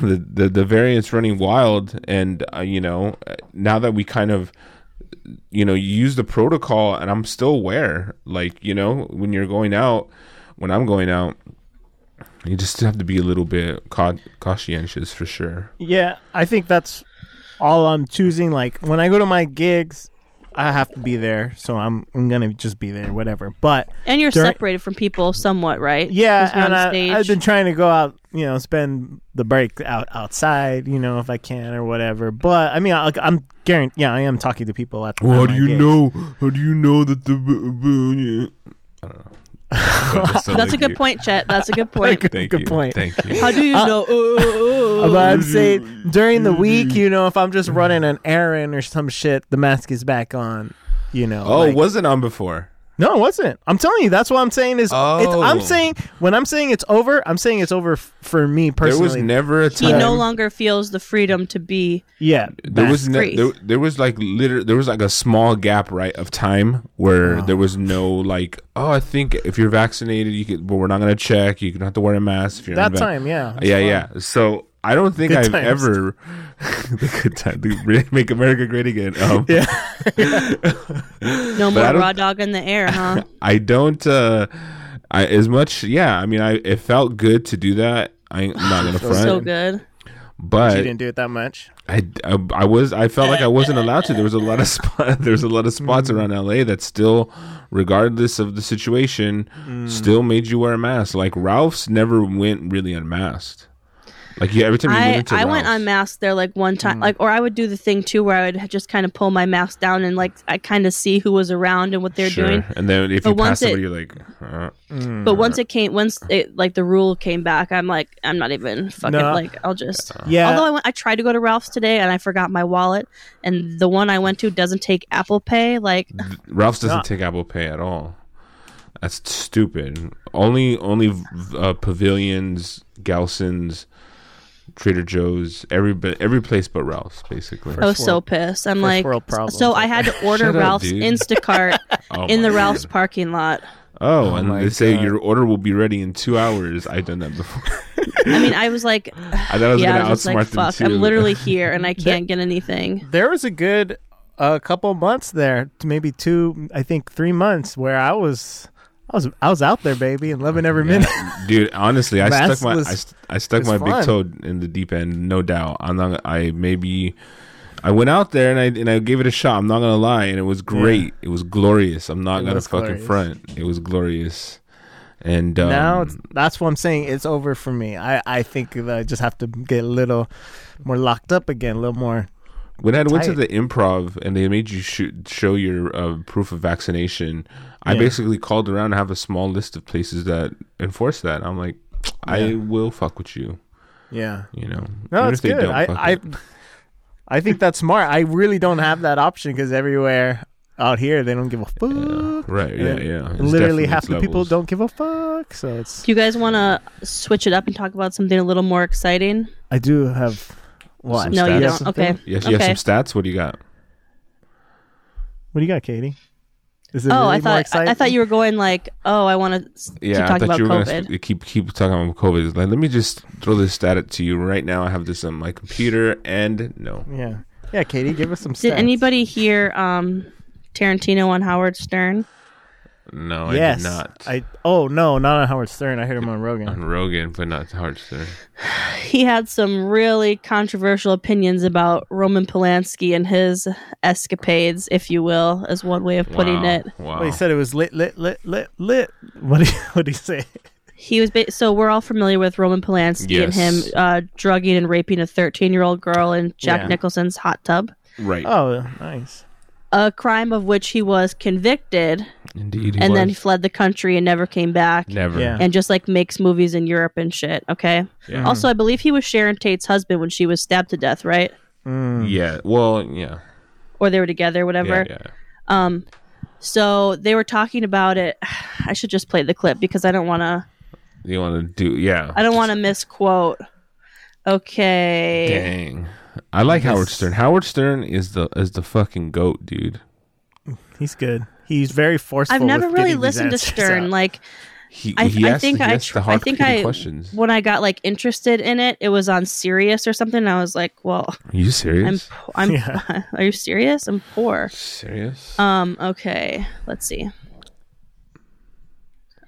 the the, the variants running wild and uh, you know uh, now that we kind of you know you use the protocol and i'm still aware like you know when you're going out when i'm going out you just have to be a little bit cau- conscientious for sure
Yeah, I think that's all I'm choosing. Like when I go to my gigs, I have to be there, so I'm I'm gonna just be there, whatever. But
And you're
During-
separated from people somewhat, right?
yeah,
'Cause you're
and
on
I, I've
stage.
been trying to go out, you know, spend the break out outside, you know, if I can or whatever. But I mean, I, I'm guaranteed. Yeah, I am talking to people at. at my gigs.
how do you know that the i don't know
That's a good point, Chet. That's a good point.
thank
Good
you
point.
thank you
How do you
uh,
know? Ooh, ooh, ooh.
But I'm saying during the week, you know, if I'm just running an errand or some shit, the mask is back on. You know.
oh
like-
wasn't on before
No, it wasn't. I'm telling you, that's what I'm saying is. It's, I'm
Oh.
saying when I'm saying it's over, I'm saying it's over f- for me
there
personally.
was never a
he
time
no longer feels the freedom to be.
yeah,
there
back.
was ne-
free.
there, there was like liter- there was like a small gap right of time where there was no like oh I think if you're vaccinated you could but we're not gonna check you don't have to wear a mask if you're
that
unvac-
time. Yeah,
yeah yeah so I don't think
Good
I've
times.
ever the good time the re- make America great again um,
Yeah.
No
I
more
don't-
raw dog in the air, huh?
I don't uh I as much yeah I mean I it felt good to do that I ain't I'm not gonna front
so good.
She
but
didn't do it that much.
I, I, I was I felt like I wasn't allowed to. There was a lot of spot, there was a lot of spots around LA that still, regardless of the situation, still made you wear a mask. Like Ralph's never went really unmasked. Like you, every time you went
I,
into
I went
Ralph's-
unmasked there like one
Hmm.
time, like or I would do the thing too where I would just kind of pull my mask down and like I kind of see who was around and what they're
sure.
doing.
and then if
But
you pass
once it-
somebody, you're like, uh,
Hmm.
But once it came, once it like the rule came back, I'm like I'm not even fucking
No.
like I'll just.
Yeah,
Although I went, I tried to go to Ralph's today and I forgot my wallet, and the one I went to doesn't take Apple Pay. Like
Ralph's doesn't
No.
take Apple Pay at all. That's stupid. Only only uh, pavilions, Galson's, Trader Joe's, every but every place but Ralph's, basically.
I was so
world-
pissed. I'm
first
like,
world problems,
so I
I
had to order
Shut up,
Ralph's
dude.
Instacart
Oh
in the
my God.
Ralph's parking lot.
Oh, and
my
they say
uh,
God.
your order will be ready in two hours. I've done that before.
I mean, I was like,
I thought I was
yeah, I
gonna
was just
outsmart
like,
them
fuck,
too.
I'm literally here and I can't get anything.
there was a good uh, couple months there, t- maybe two, I think three months, where I was, I was, I was out there, baby, and loving every minute.
dude. Honestly, I
Mass
stuck my
was-
I, st- I stuck
was
my
fun.
big toe in the deep end. No doubt. I'm not. I maybe. I went out there and I and I gave it a shot. I'm not gonna lie, and it was great. It was glorious. I'm not
It
gonna
was
fucking
glorious.
front. It was glorious. And um,
now it's, that's what I'm saying. It's over for me. I, I think that I just have to get a little more locked up again, a little more.
When I went to
Tight.
the improv and they made you shoot, show your uh, proof of vaccination, I
Yeah.
basically called around and have a small list of places that enforce that. I'm like, I
Yeah.
will fuck with you,
Yeah.
you know.
No,
Even
it's good. I,
fuck
I,
it.
I think that's smart. I really don't have that option because everywhere out here they don't give a fuck.
right, yeah,
And
yeah. It's definitely-
Literally half
it's
the people
levels.
don't give a fuck. So it's.
Do you guys want to switch it up and talk about something a little more exciting?
I do have. What?
Some
no, you
stats?
don't. Okay.
Yes, you
okay.
have some stats. What do you got?
What do you got, Katie? Is it
oh,
really
I
more
thought I-
exciting?
I, thought you were going like, oh, I want to
Yeah,
talk
I thought
about
you were
COVID.
gonna sp- keep keep talking about COVID. It's Like, let me just throw this stat at to you right now. I have this on my computer, and no,
Yeah, yeah. Katie, give us some.
Did
stats.
anybody hear um, Tarantino on Howard Stern?
no, I
Yes.
did not.
I. Oh no, not on Howard Stern. I heard him on Rogan.
on Rogan, but not hard sir.
He had some really controversial opinions about Roman Polanski and his escapades, if you will, as one way of putting
Wow,
it.
Wow.
Well, he said it was lit, lit, lit, lit, lit. What do you, what do you say?
He was ba- so we're all familiar with Roman Polanski and
Yes.
him uh, drugging and raping a 13 year old girl in Jack
Yeah.
Nicholson's hot tub,
right.
Oh, nice.
a crime of which he was convicted
Indeed. He
and
was.
then fled the country and never came back.
never.
Yeah.
and just like makes movies in Europe and shit. Okay.
Yeah.
Also, I believe he was Sharon Tate's husband when she was stabbed to death, right?
Mm.
Yeah. Well, yeah.
Or they were together, whatever.
Yeah, yeah.
Um, so they were talking about it. I should just play the clip because I don't want to.
You want to do? Yeah.
I don't want to misquote. Okay.
Dang. I like Howard Stern. Howard Stern is the is the fucking goat, dude.
He's good. He's very forceful.
I've never
with
really
getting these
listened to
answers
Stern.
out.
Like
He
I,
he
I
asks,
think
he
I,
asks
tr-
the
I
hard
think
critical
I
questions.
when I got like interested in it, it was on Sirius or something. and I was like, well,
Are you
I'm,
serious?
po- I'm.
Yeah.
Are you serious? I'm poor.
serious?
Um, okay, let's see.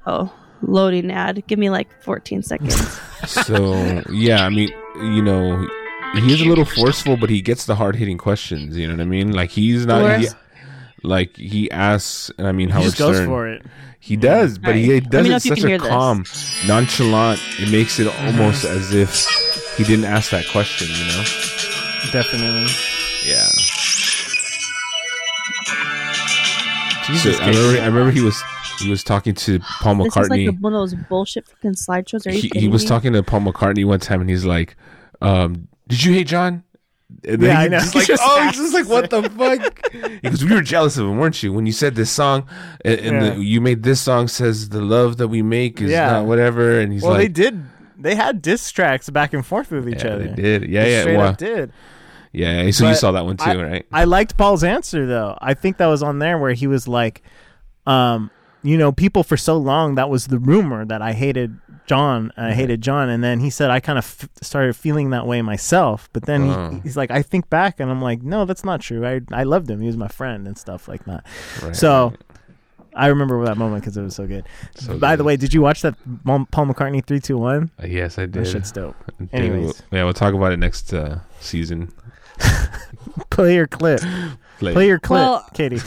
Oh, loading ad. Give me like 14 seconds.
so yeah, I mean, you know, he is a little forceful, but he gets the hard hitting questions. You know what I mean? Like he's not. He,
Whereas-
like he asks, and I mean
he
Howard
just goes
Stern.
for it.
He does, but he
Right. Let
does
me know if
it
you
such
can
a
hear this.
calm, nonchalant. It makes it almost as if he didn't ask that question. You know?
Definitely.
Yeah. So,
Jesus.
I remember. I remember he was he was talking to Paul
this is like
McCartney.
a, one of those bullshit fucking slideshows. Are you
he, he
kidding
was
me?
talking to Paul McCartney one time, and he's like, um, "Did you hate John?" And
Yeah, I
he
know.
Just
He
like,
just
oh, he's just like, what the fuck? Because we were jealous of him, weren't you? When you said this song, and, and
Yeah.
the, you made this song says the love that we make is
Yeah.
not whatever, and he's
Well, they
like,
did. They had diss tracks back and forth with each
yeah,
other.
they did, yeah,
They
yeah,
straight
well,
up did.
yeah. yeah. So you
But
saw that one too,
I-
right?
I liked Paul's answer though. I think that was on there where he was like, um, you know, people for so long that was the rumor that I hated John, I hated John, and then he said I kind of f- started feeling that way myself. But then
Oh.
he, he's like, I think back and I'm like, no, that's not true. I I loved him. He was my friend and stuff like that.
Right.
So. I remember that moment because it was so good.
So
By the
good.
way, did you watch that Paul Paul McCartney three two one?
Uh, yes, I did.
That shit's dope.
Dude,
Anyways.
yeah, we'll talk about it next uh, season.
Play your clip.
Play-
Play your clip,
Well,
Katie.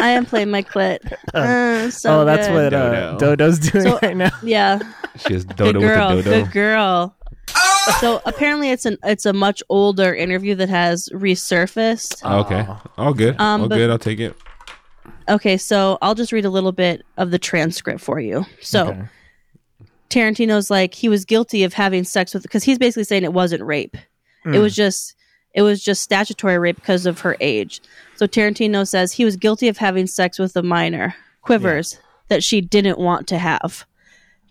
I am playing my clit. Uh, so
oh, that's
good.
what uh,
Dodo.
Dodo's doing
So-
right now.
Yeah.
She has dodo
good girl.
with the dodo.
Good girl. So apparently, it's an it's a much older interview that has resurfaced.
Oh, okay, all good,
Um,
all
but-
good. I'll take it.
Okay, so I'll just read a little bit of the transcript for you. So
Okay.
Tarantino's like he was guilty of having sex with because he's basically saying it wasn't rape. It was just it was just statutory rape because of her age. So Tarantino says he was guilty of having sex with a minor. Quivers that she didn't want to have.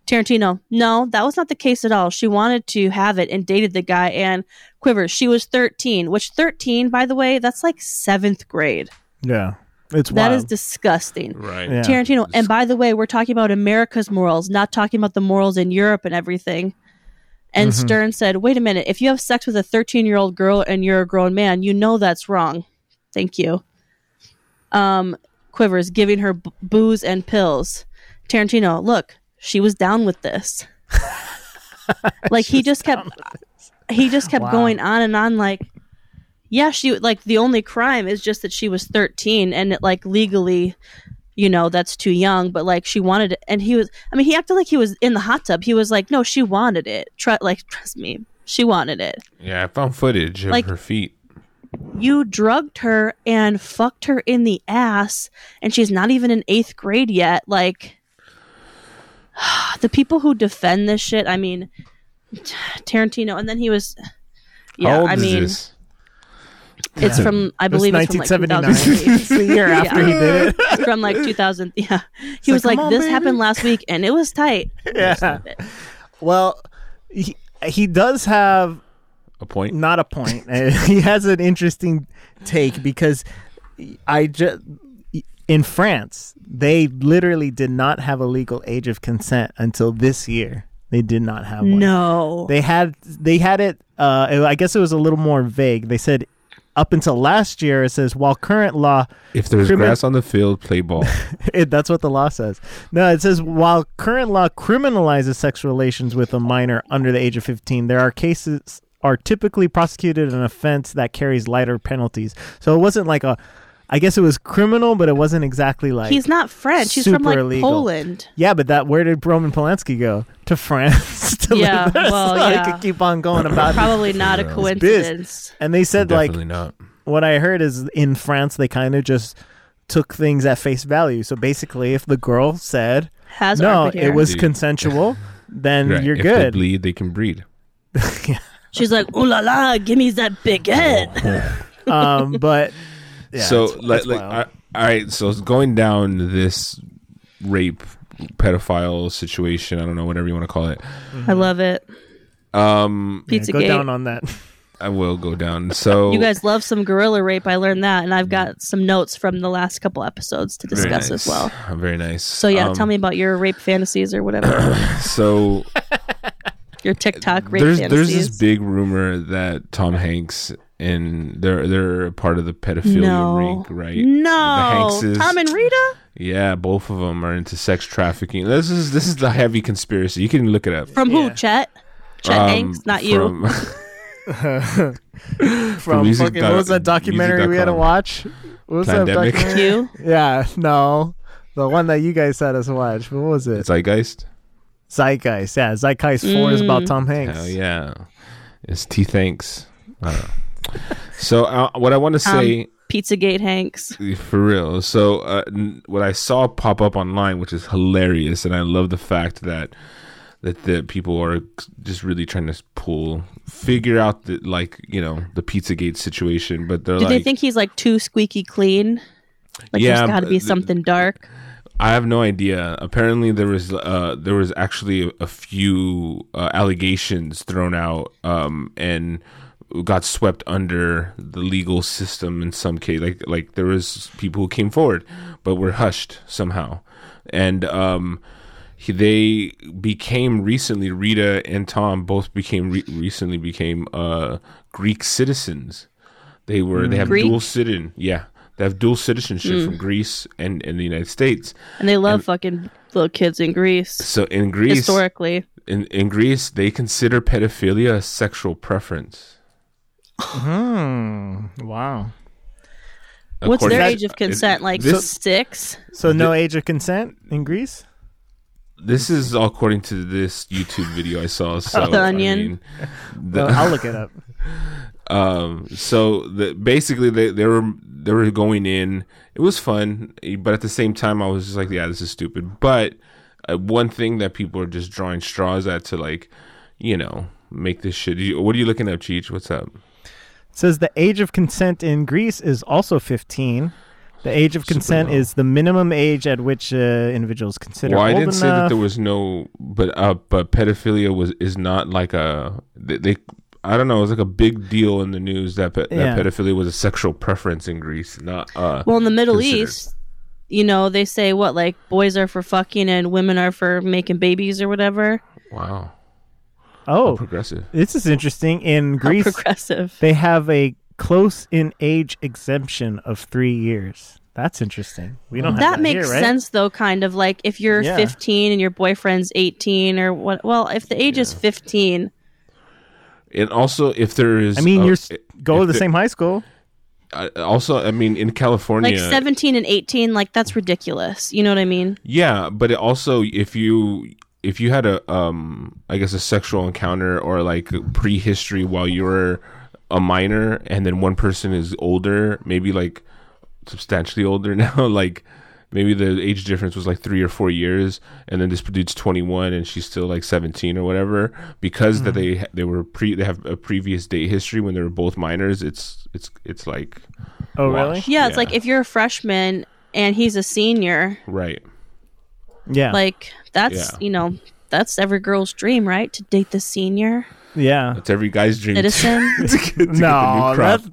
Tarantino, no, that was not the case at all. She wanted to have it and dated the guy and Quivers, she was 13, which 13, by the way, that's like 7th grade.
Yeah, it's
That is
wild.
disgusting.
Right.
Yeah.
Tarantino. And by the way, we're talking about America's morals, not talking about the morals in Europe and everything. And Stern said, wait a minute, if you have sex with a 13 year old girl and you're a grown man, you know that's wrong. Thank you. Um, Quivers giving her b- booze and pills. Tarantino, look, she was down with this. like he just kept he just kept
Wow.
going on and on like yeah, she like the only crime is just that she was 13 and it like legally you know that's too young but like she wanted it and he was i mean he acted like he was in the hot tub he was like no she wanted it Tru- like trust me she wanted it
Yeah, I found footage of
Like-
her feet.
you drugged her and fucked her in the ass and she's not even in eighth grade yet like the people who defend this shit i mean tarantino and then he was
How
yeah
old
i
is
mean
this?
it's from i
It was
believe it's from like
1979.
2008
it's the year after he did it.
from like 2000 yeah he
like,
was like
"Come on,
this
baby."
happened last week and it was tight
Yeah. Well, he, he does have
A point.
not a eh, point. he has an interesting take because I just in France, they literally did not have a legal age of consent until this year. They did not have one.
No.
They had they had it. Uh, it- I guess it was a little more vague. They said up until last year, it says while current law,
If there's
Crimin-
grass on the field, play ball.
it, that's what the law says. No, it says while current law criminalizes sexual relations with a minor under the age of fifteen, there are cases are typically prosecuted an offense that carries lighter penalties. So it wasn't like a. I guess it was criminal, but it wasn't exactly like
He's not French. He's from
super
like
illegal.
Poland.
Yeah, but that where did Roman Polanski go to France to
Yeah,
live there?
well,
so
yeah.
he could keep on going about it.
Probably not a
It's biz.
coincidence.
And they said like mm,
Definitely not.
what I heard is in France they kind of just took things at face value. So basically, if the girl said
Has
no,
armpit hair.
it was
Dude.
consensual, then
Right.
you're
if They
good.
bleed, they can breed.
She's like, ooh la la, give me that big head.
um, but yeah,
so
it's-
like,
it's
like
wild.
all all right so it's going down this rape pedophile situation i don't know whatever you want to call it
I love it.
um
Yeah,
Pizza
go
Gate.
down on that.
i will go down so
You guys love some gorilla rape. I learned that, and I've got some notes from the last couple episodes to
Very
discuss as
nice.
well.
very nice Um,
So yeah, tell me about your rape fantasies or whatever.
so
your TikTok rape
there's
fantasies.
there's this big rumor that tom hanks and they're they're part of the pedophilia
no,
ring right
no,
The Hankses-
Tom and Rita.
yeah both of them are into sex trafficking this is this is the heavy conspiracy you can look it up
From who?
Yeah.
Chet. Chet
Um,
Hanks, not you.
from-
From
music
fucking,
doc-
what was that documentary we had to
music.com.
watch? What was
Plandemic.
that documentary?
you.
Yeah, no, the one that you guys had us watch. What was it?
zeitgeist
Zeitgeist. Yeah, Zeitgeist Four is about Tom Hanks.
Hell yeah. It's T thanks. I don't know. so uh, what I want
Um,
to say
Pizzagate Hanks.
for real. So uh, n- what I saw pop up online, which is hilarious, and I love the fact that that the people are just really trying to pull, figure out the like you know the PizzaGate situation, but they're
Do
like,
they think he's like too squeaky clean? Like
Yeah,
there's got to
but
be
th-
something dark.
I have no idea. Apparently, there was uh, there was actually a, a few uh, allegations thrown out um, and got swept under the legal system in some case. Like like there was people who came forward but were hushed somehow, and um, he, they became recently Rita and Tom both became re- recently became uh, Greek citizens. They were they have
Greek?
dual citizen. Yeah. They have dual citizenship from Greece and, and the United States.
And they love fucking little kids in Greece.
So in Greece,
Historically,
in, in Greece, they consider pedophilia a sexual preference.
Wow.
what's
According-
their
That-
age of consent?
it-
like
this,
six.
So no age of consent in Greece?
this is according to this YouTube video I saw. So,
The
I
Onion.
mean, the-
Well, I'll look it up.
um, so the, basically, they, they were they were going in. It was fun, but at the same time, I was just like, yeah, this is stupid. But uh, one thing that people are just drawing straws at to like, you know, make this shit. You- What are you looking up, Cheech? What's up?
It says the age of consent in Greece is also 15. The age of consent
low.
is the minimum age at which uh, individuals consider
Well, I
old
didn't say that
enough.
there was no, but uh, but pedophilia was is not like a they. they I don't know. It was like a big deal in the news that pe-
Yeah.
that pedophilia was a sexual preference in Greece, not uh.
Well, in the Middle
considered.
East, you know, they say what like boys are for fucking and women are for making babies or whatever.
Wow,
oh,
progressive.
this is interesting. In
How
Greece,
progressive.
they have a close in age exemption of three years. That's interesting. We don't have that,
That makes
here, right?
sense though, kind of like if you're
Yeah.
15 and your boyfriend's 18 or what. Well, if the age is 15,
And also, if there is,
I mean,
uh,
you're s-
if
go to the
there-
same high school.
uh, also, I mean, in California,
like 17 and 18, like that's ridiculous. You know what I mean?
Yeah, but it also if you if you had a um I guess a sexual encounter or like prehistory while you were a minor and then one person is older, maybe like substantially older now, like maybe the age difference was like 3 or 4 years and then this dude's 21 and she's still like 17 or whatever because
Hmm.
that they they were pre they have a previous date history when they were both minors, it's it's it's like
Oh, really?
washed.
Yeah, it's like if you're a freshman and he's a senior,
right.
Yeah.
like that's,
Yeah.
you know, that's every girl's dream, right? To date the senior
yeah.
It's every guy's dream.
citizen.
to get- to get the
No,
new crop.
that-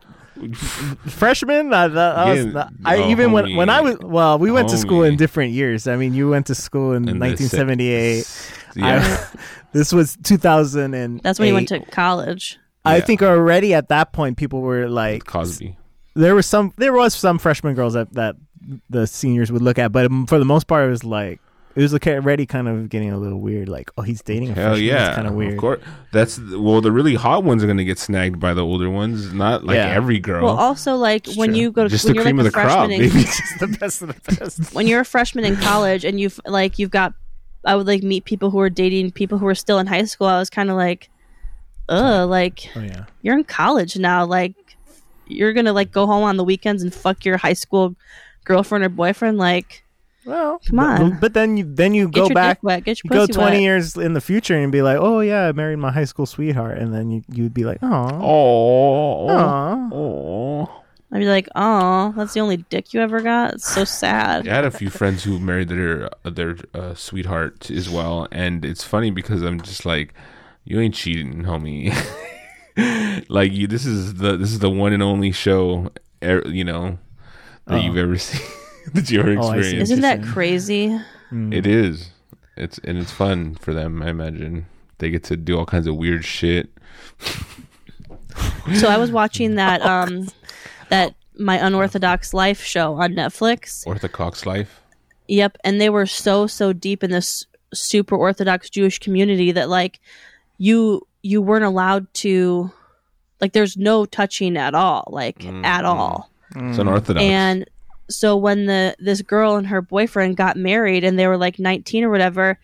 freshman, I, that, I was
Yeah,
not- I
no,
even when
homie.
when I was well, we went to school in
Homie.
different years. I mean, you went to school in,
In the
1978.
se-
I-
yeah.
this was 2000 and
That's when he went to college.
I
Yeah.
think already at that point, people were like,
Cosby.
there was some there was some freshman girls that that the seniors would look at, but um, for the most part, it was like it was like already kind of getting a little weird. Like, oh, he's dating a
Hell
freshman.
yeah.
kind of weird.
Of course. That's well, the really hot ones are going to get snagged by the older ones, not like
Yeah.
every girl.
Well, also like when
true.
you go to
Oh, Just
when
the
you're
cream
like
of
a
the crop,
freshman in
baby.
It's the best of the best.
when you're a freshman in college and you've like you've got I would like meet people who are dating people who are still in high school. I was kind of like, ugh, like
Oh yeah,
you're in college now. Like you're gonna like go home on the weekends and fuck your high school girlfriend or boyfriend. Like
well,
Come
but-
on.
But then you then you
get
go
your
back.
dick wet, get
You
your
go
pussy
20
wet.
years in the future and be like, oh yeah, I married my high school sweetheart, and then you you'd be like, oh,
oh.
oh,
Oh.
I'd be like, oh, that's the only dick you ever got. It's so sad.
I had a few friends who married their their uh, sweetheart as well, and it's funny because I'm just like, you ain't cheating, homie. like you, this is the this is the one and only show, er, you know, that
Oh.
you've ever seen that you ever
Oh, I see.
experienced.
Isn't that
Interesting.
crazy?
It is. It's and it's fun for them. I imagine they get to do all kinds of weird shit.
So I was watching that um that my unorthodox life show on Netflix.
Orthocox life.
Yep, and they were so so deep in this super orthodox Jewish community that like you you weren't allowed to like there's no touching at all, like at all.
It's
Mm.
unorthodox.
Mm. And so when the this girl and her boyfriend got married and they were like 19 or whatever,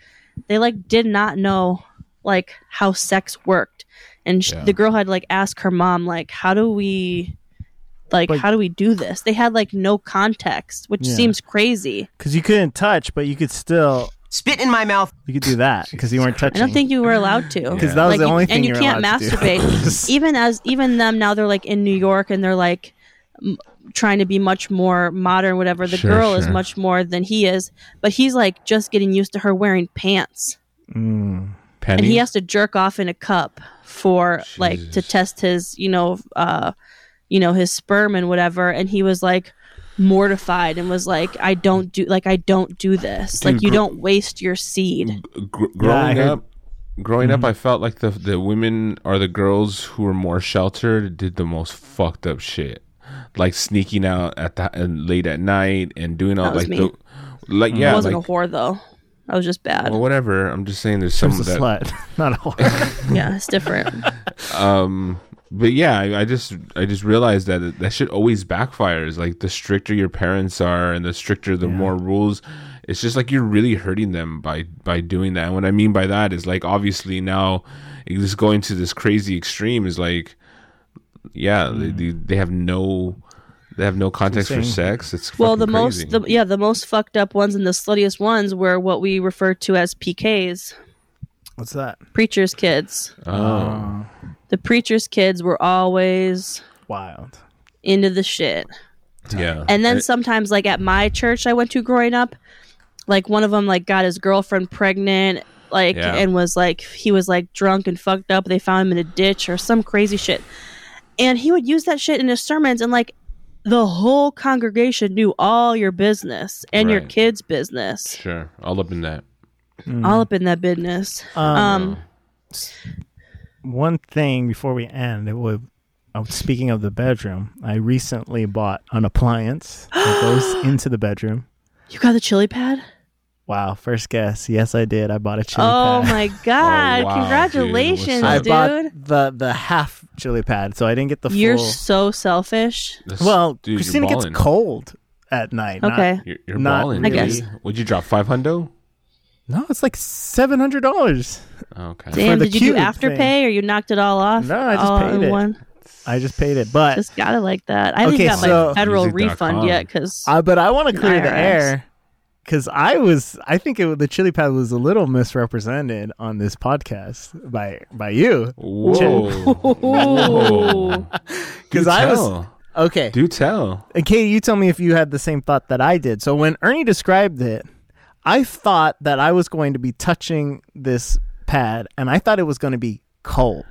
they like did not know like how sex worked. And sh-
Yeah.
the girl had like asked her mom like how do we like
But-
how do we do this? They had like no context, which
Yeah.
seems crazy.
because you couldn't touch, but you could still
Spit in my mouth.
you could do that because you weren't
I
touching.
don't think you were allowed to.
because that was
Like,
the
you-
only thing
and you
were
can't
allowed to do.
masturbate even as even them now they're like in new york and they're like m- trying to be much more modern whatever the
Sure,
girl is
sure.
much more than he is but he's like just getting used to her wearing pants and
Panties?
he has to jerk off in a cup for like to
Jesus.
test his you know uh you know his sperm and whatever and he was like mortified and was like i don't do like i don't do this like
Dude,
you
gr-
don't waste your seed
gr-
I
growing
heard- Mm-hmm.
up growing up i felt like the the women or the girls who were more sheltered did the most fucked up shit like sneaking out at the and late at night and doing all
That was
like
me.
the
Mm.
like
i
yeah
wasn't
like,
a whore though i was just bad
well, whatever i'm just saying there's
She
some
was
of
a
that
slut, not a whore.
yeah it's different
um but yeah I, I just i just realized that it- that shit always backfires like the stricter your parents are and the stricter the more rules it's just like you're really hurting them by by doing that and what i mean by that is like obviously now it's going to this crazy extreme is like yeah
Hmm.
they, they, they have no they have no context for
insane.
sex it's
Well, the
fucking crazy.
most, the, yeah, the most fucked up ones and the sluttiest ones were what we refer to as PKs,
What's that?
preachers' kids.
oh
The preachers' kids were always
Wild.
into the shit.
yeah
And then sometimes, like at my church I went to growing up, like one of them like got his girlfriend pregnant, like
Yeah.
and was like he was like drunk and fucked up. They found him in a ditch or some crazy shit, and he would use that shit in his sermons and like. The whole congregation knew all your business and your
Right.
kids' business.
sure all up in that
Hmm.
all up in that business.
Um,
Um,
one thing before we end, it would. oh, Speaking of the bedroom, I recently bought an appliance that goes into the bedroom.
you got the chili pad?
Wow, first guess. Yes, I did. I bought a chili
Oh
pad.
my god!
Oh, wow,
Congratulations,
dude.
I
What's
dude!
bought the the half chili pad, so I didn't get the
You're
full.
so selfish.
That's-
well,
dude, you're
Christina gets
ballin'.
cold at night. not-
Okay,
you're, you're
Not
balling
I
guess.
would you drop five hundo
no, it's like seven hundred dollars.
Oh, okay
damn!
the
Did you do
cube
afterpay
thing.
or you knocked it all off?
No, I just
all
paid
in
it.
One?
I just paid it, but
Just got it like that. I haven't
Okay,
even got
so-
my federal
Music.com.
refund yet because
Uh, but I want to clear the
IRS.
air because I was I think it, the chili pad was a little misrepresented on this podcast by by you
Whoa.
because
Do
I was
tell.
okay.
Do tell.
And Katie, you tell me if you had the same thought that I did. So when Ernie described it, I thought that I was going to be touching this pad, and I thought it was going to be cold.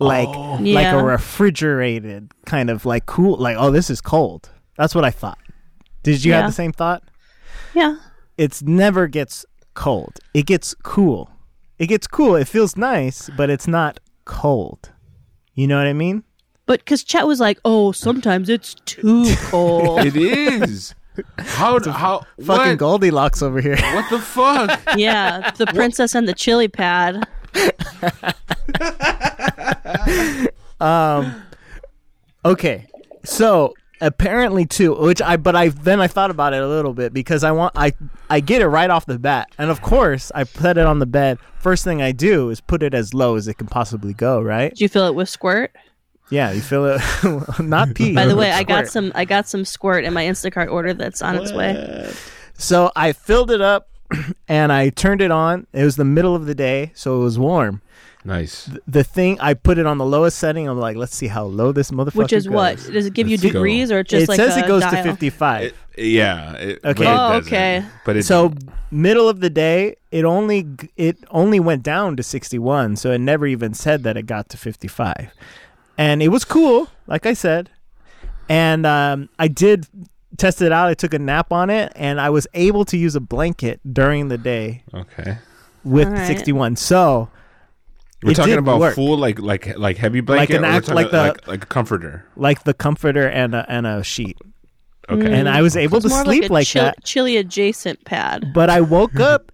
like like
Yeah.
a refrigerated kind of like cool like oh this is cold. That's what I thought. Did you
Yeah.
have the same thought?
Yeah.
It's never gets cold. It gets cool. It gets cool. It feels nice, but it's not cold. You know what I mean?
But because Chet was like, oh, sometimes it's too cold.
It is. How how
Fucking
what
Goldilocks over here.
what the fuck?
yeah. The princess and the chili pad.
Okay. So apparently too, which I but I then I thought about it a little bit because I want I I get it right off the bat. And of course I put it on the bed. First thing I do is put it as low as it can possibly go, right?
Did you fill it with squirt?
Yeah, you feel it not pee.
By the way, I got
squirt.
some I got some squirt in my Instacart order that's on its way.
So I filled it up and I turned it on. It was the middle of the day, so it was warm.
Nice.
The thing I put it on the lowest setting. I'm like, let's see how low this motherfucker
Which is what?
goes.
Does it give you
Let's go.
degrees or just
it
like
says
a
it goes to
dial?
55.
Yeah. it- but
Okay.
it
Oh,
doesn't.
okay.
But it
so middle of the day it only it only went down to 61 so it never even said that it got to 55 and it was cool like i said and um, i did test it out i took a nap on it and i was able to use a blanket during the day
okay.
with
All right.
61 so
We're
It
talking
did
about
work.
full like like like heavy blanket
an
or we're
act-
talking
like the-
like, like a comforter.
like the comforter and a, and a sheet
Okay.
and i was able
Mm.
to
It's more of
sleep
like,
like,
a chill-
that
chili adjacent pad.
But I woke up.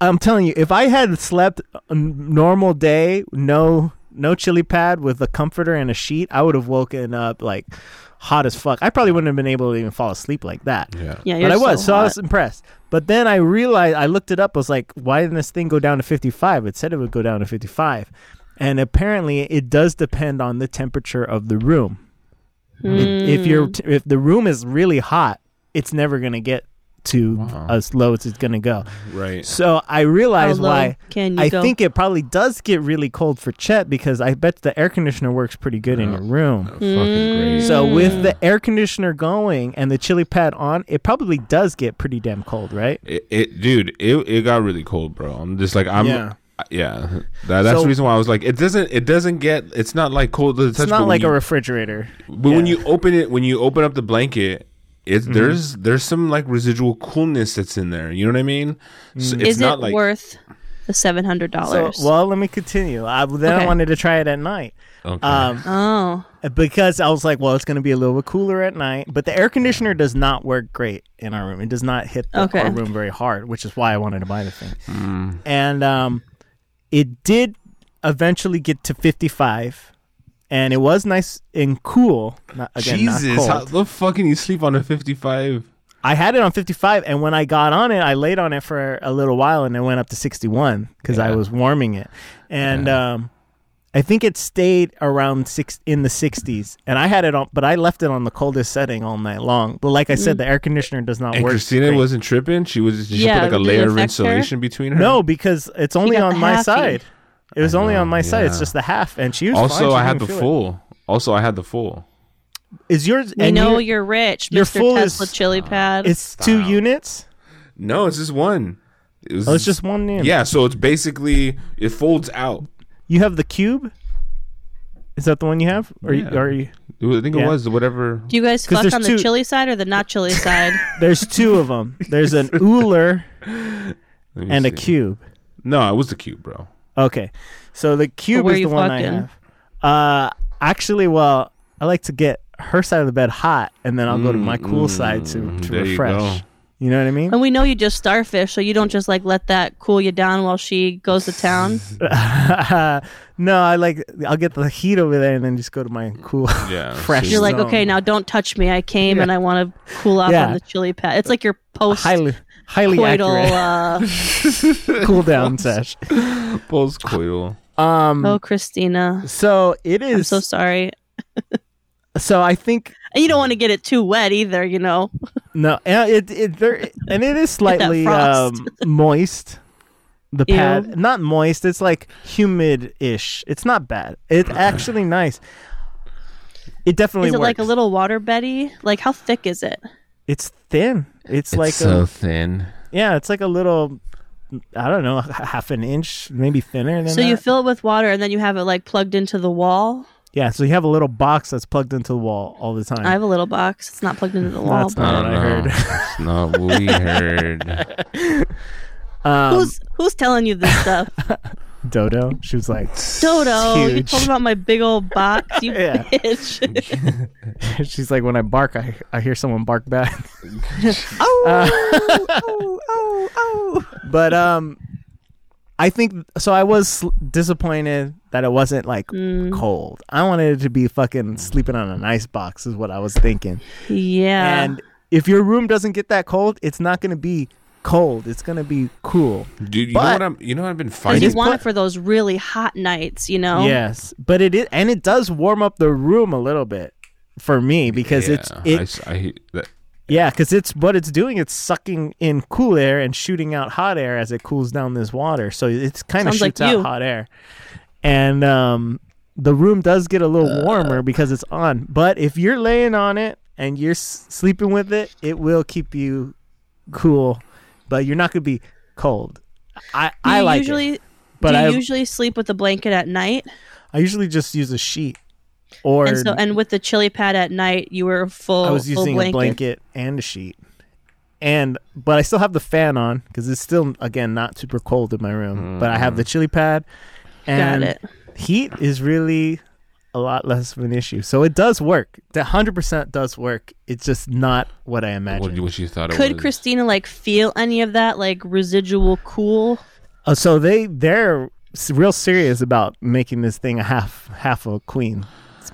I'm telling you, if I had slept a normal day, no no chili pad with a comforter and a sheet, I would have woken up like hot as fuck. I probably wouldn't have been able to even fall asleep like that.
yeah.
Yeah, you're
But I was, so,
so
I
hot.
was impressed. But then I realized, I looked it up. I was like, why didn't this thing go down to 55? It said it would go down to 55. And apparently, it does depend on the temperature of the room. If you're,
Hmm.
t- if the room is really hot, it's never gonna get to as low as it's gonna go.
Right.
So I realize
How low
why.
can you
I
go?
think it probably does get really cold for Chet because I bet the air conditioner works pretty good in your room.
Mm.
Fucking great.
So with the air conditioner going and the chili pad on, it probably does get pretty damn cold, right?
it, it dude, it it got really cold, bro. I'm just like I'm
Yeah.
yeah. Yeah, that, that's
So-
the reason why I was like, it doesn't, it doesn't get, it's not like cold to the touch. but
It's not
when
like
you-
a refrigerator.
But when
Yeah. Mm-hmm.
you open it, when you open up the blanket, it's there's there's some like residual coolness that's in there. You know what I mean?
Mm.
So it's
is
not
it
like
worth the seven hundred
So,
dollars?
well, let me continue. I, then I
Okay.
wanted to try it at night.
okay.
Um,
oh.
because I was like, well, it's going to be a little bit cooler at night, but the air conditioner does not work great in our room. It does not hit the,
Okay.
our room very hard, which is why I wanted to buy the thing.
Mm.
And um, it did eventually get to 55, and it was nice and cool. Not, again, not
Jesus,
cold.
how the fuck can you sleep on a 55?
I had it on 55, and when I got on it, I laid on it for a little while, and it went up to 61 because I
Yeah.
was warming it, and um, I think it stayed around six in the 60s. And I had it on, but I left it on the coldest setting all night long. But like I said, the air conditioner does not
And
work.
Christina
great.
wasn't tripping. She was she
Yeah,
put like a
did it
layer of
affect
insulation between her.
no because it's only
got
on
the
my
halfie.
side. It was only on my side. It's
yeah.
just the half, and she was fine.
Also,
She
I
didn't
had the
feel it.
full. Also, I had the full.
Is yours?
We
and
know
your-
you're rich,
your
Mr.
full is-
Tesla chili pad.
it's two units.
No, it's just one. It was,
Oh, it's just one unit.
yeah. So it's basically it folds out.
You have the cube. Is that the one you have, or you
Yeah.
are you?
It was- I think
Yeah.
it was whatever.
Do you guys
'Cause
fuck
there's
on the
two-
chili side or the not chili side?
There's two of them. There's an Uller
Let me
and a
see.
cube.
No, it was the cube, bro.
Okay, so the cube
where
is
you
the one I
fucking?
have. Uh, actually, well, I like to get her side of the bed hot, and then I'll go to my cool side to, to
Mm, there you
refresh.
go.
You, know what I mean?
and we know you just starfish, so you don't just like let that cool you down while she goes to town.
no, I like I'll get the heat over there, and then just go to my cool
Yeah,
fresh.
so-
You're like,
zone.
okay, now don't touch me. I came and I want to cool off
Yeah.
on the chili pad. It's like your post uh,
highly highly accurate
coital.
cool down sesh.
Post coital.
Um,
Uh, oh, Christina,
so it
I'm
is.
so
So,
sorry.
I think
And you don't want to get it too wet either, you know.
no, uh, it it there, and it is
that
slightly
frost.
um moist. The
Ew.
pad, not moist. It's like humid-ish. It's not bad. It's actually nice. It definitely
Is it
works.
like a little water Betty? Like how thick is it?
It's thin. It's, like a
thin.
yeah. It's like a little I don't know, h- half an inch, maybe thinner than
So you
that.
fill it with water and then you have it like plugged into the wall.
yeah, so you have a little box that's plugged into the wall all the time.
I have a little box. It's not plugged into the wall.
That's
but-
not what I heard.
It's not what we heard.
um,
who's who's telling you this stuff?
Dodo? She was like,
Dodo, you
huge.
told me about my big old box, you
Yeah.
bitch.
she's like, when I bark, I I hear someone bark back.
oh, oh, oh, oh.
but um, I think so. I was sl- disappointed that it wasn't like cold. I wanted it to be fucking sleeping on an ice box is what I was thinking.
Yeah.
And if your room doesn't get that cold, it's not going to be cold. It's going to be cool.
Dude, you know
But-
what I'm you know what I've been
Because
finding?
you
just
want
put-
it for those really hot nights, you know?
Yes, but it is, and it does warm up the room a little bit for me because
yeah,
it's it
I s- I, hate that.
yeah because it's what it's doing. It's sucking in cool air and shooting out hot air as it cools down this water. So it's kind of
Sounds like
shoots out
you.
hot air, and um, the room does get a little warmer because it's on. But if you're laying on it and you're s- sleeping with it, it will keep you cool, but you're not gonna be cold. I
Do
I
you
like
usually
it, but
do you
I
usually sleep with a blanket at night?
I usually just use a sheet. Or
And so and with the chili pad at night you were full
I was
full
using
blanket.
a blanket and a sheet, and but I still have the fan on because it's still again not super cold in my room. But I have the chili pad, and
it.
heat is really a lot less of an issue. So it does work. The hundred percent does work. It's just not what I
What,
imagined.
what you thought it
Could
was.
Christina like feel any of that like residual cool?
Uh, so they they're s- real serious about making this thing a half half a queen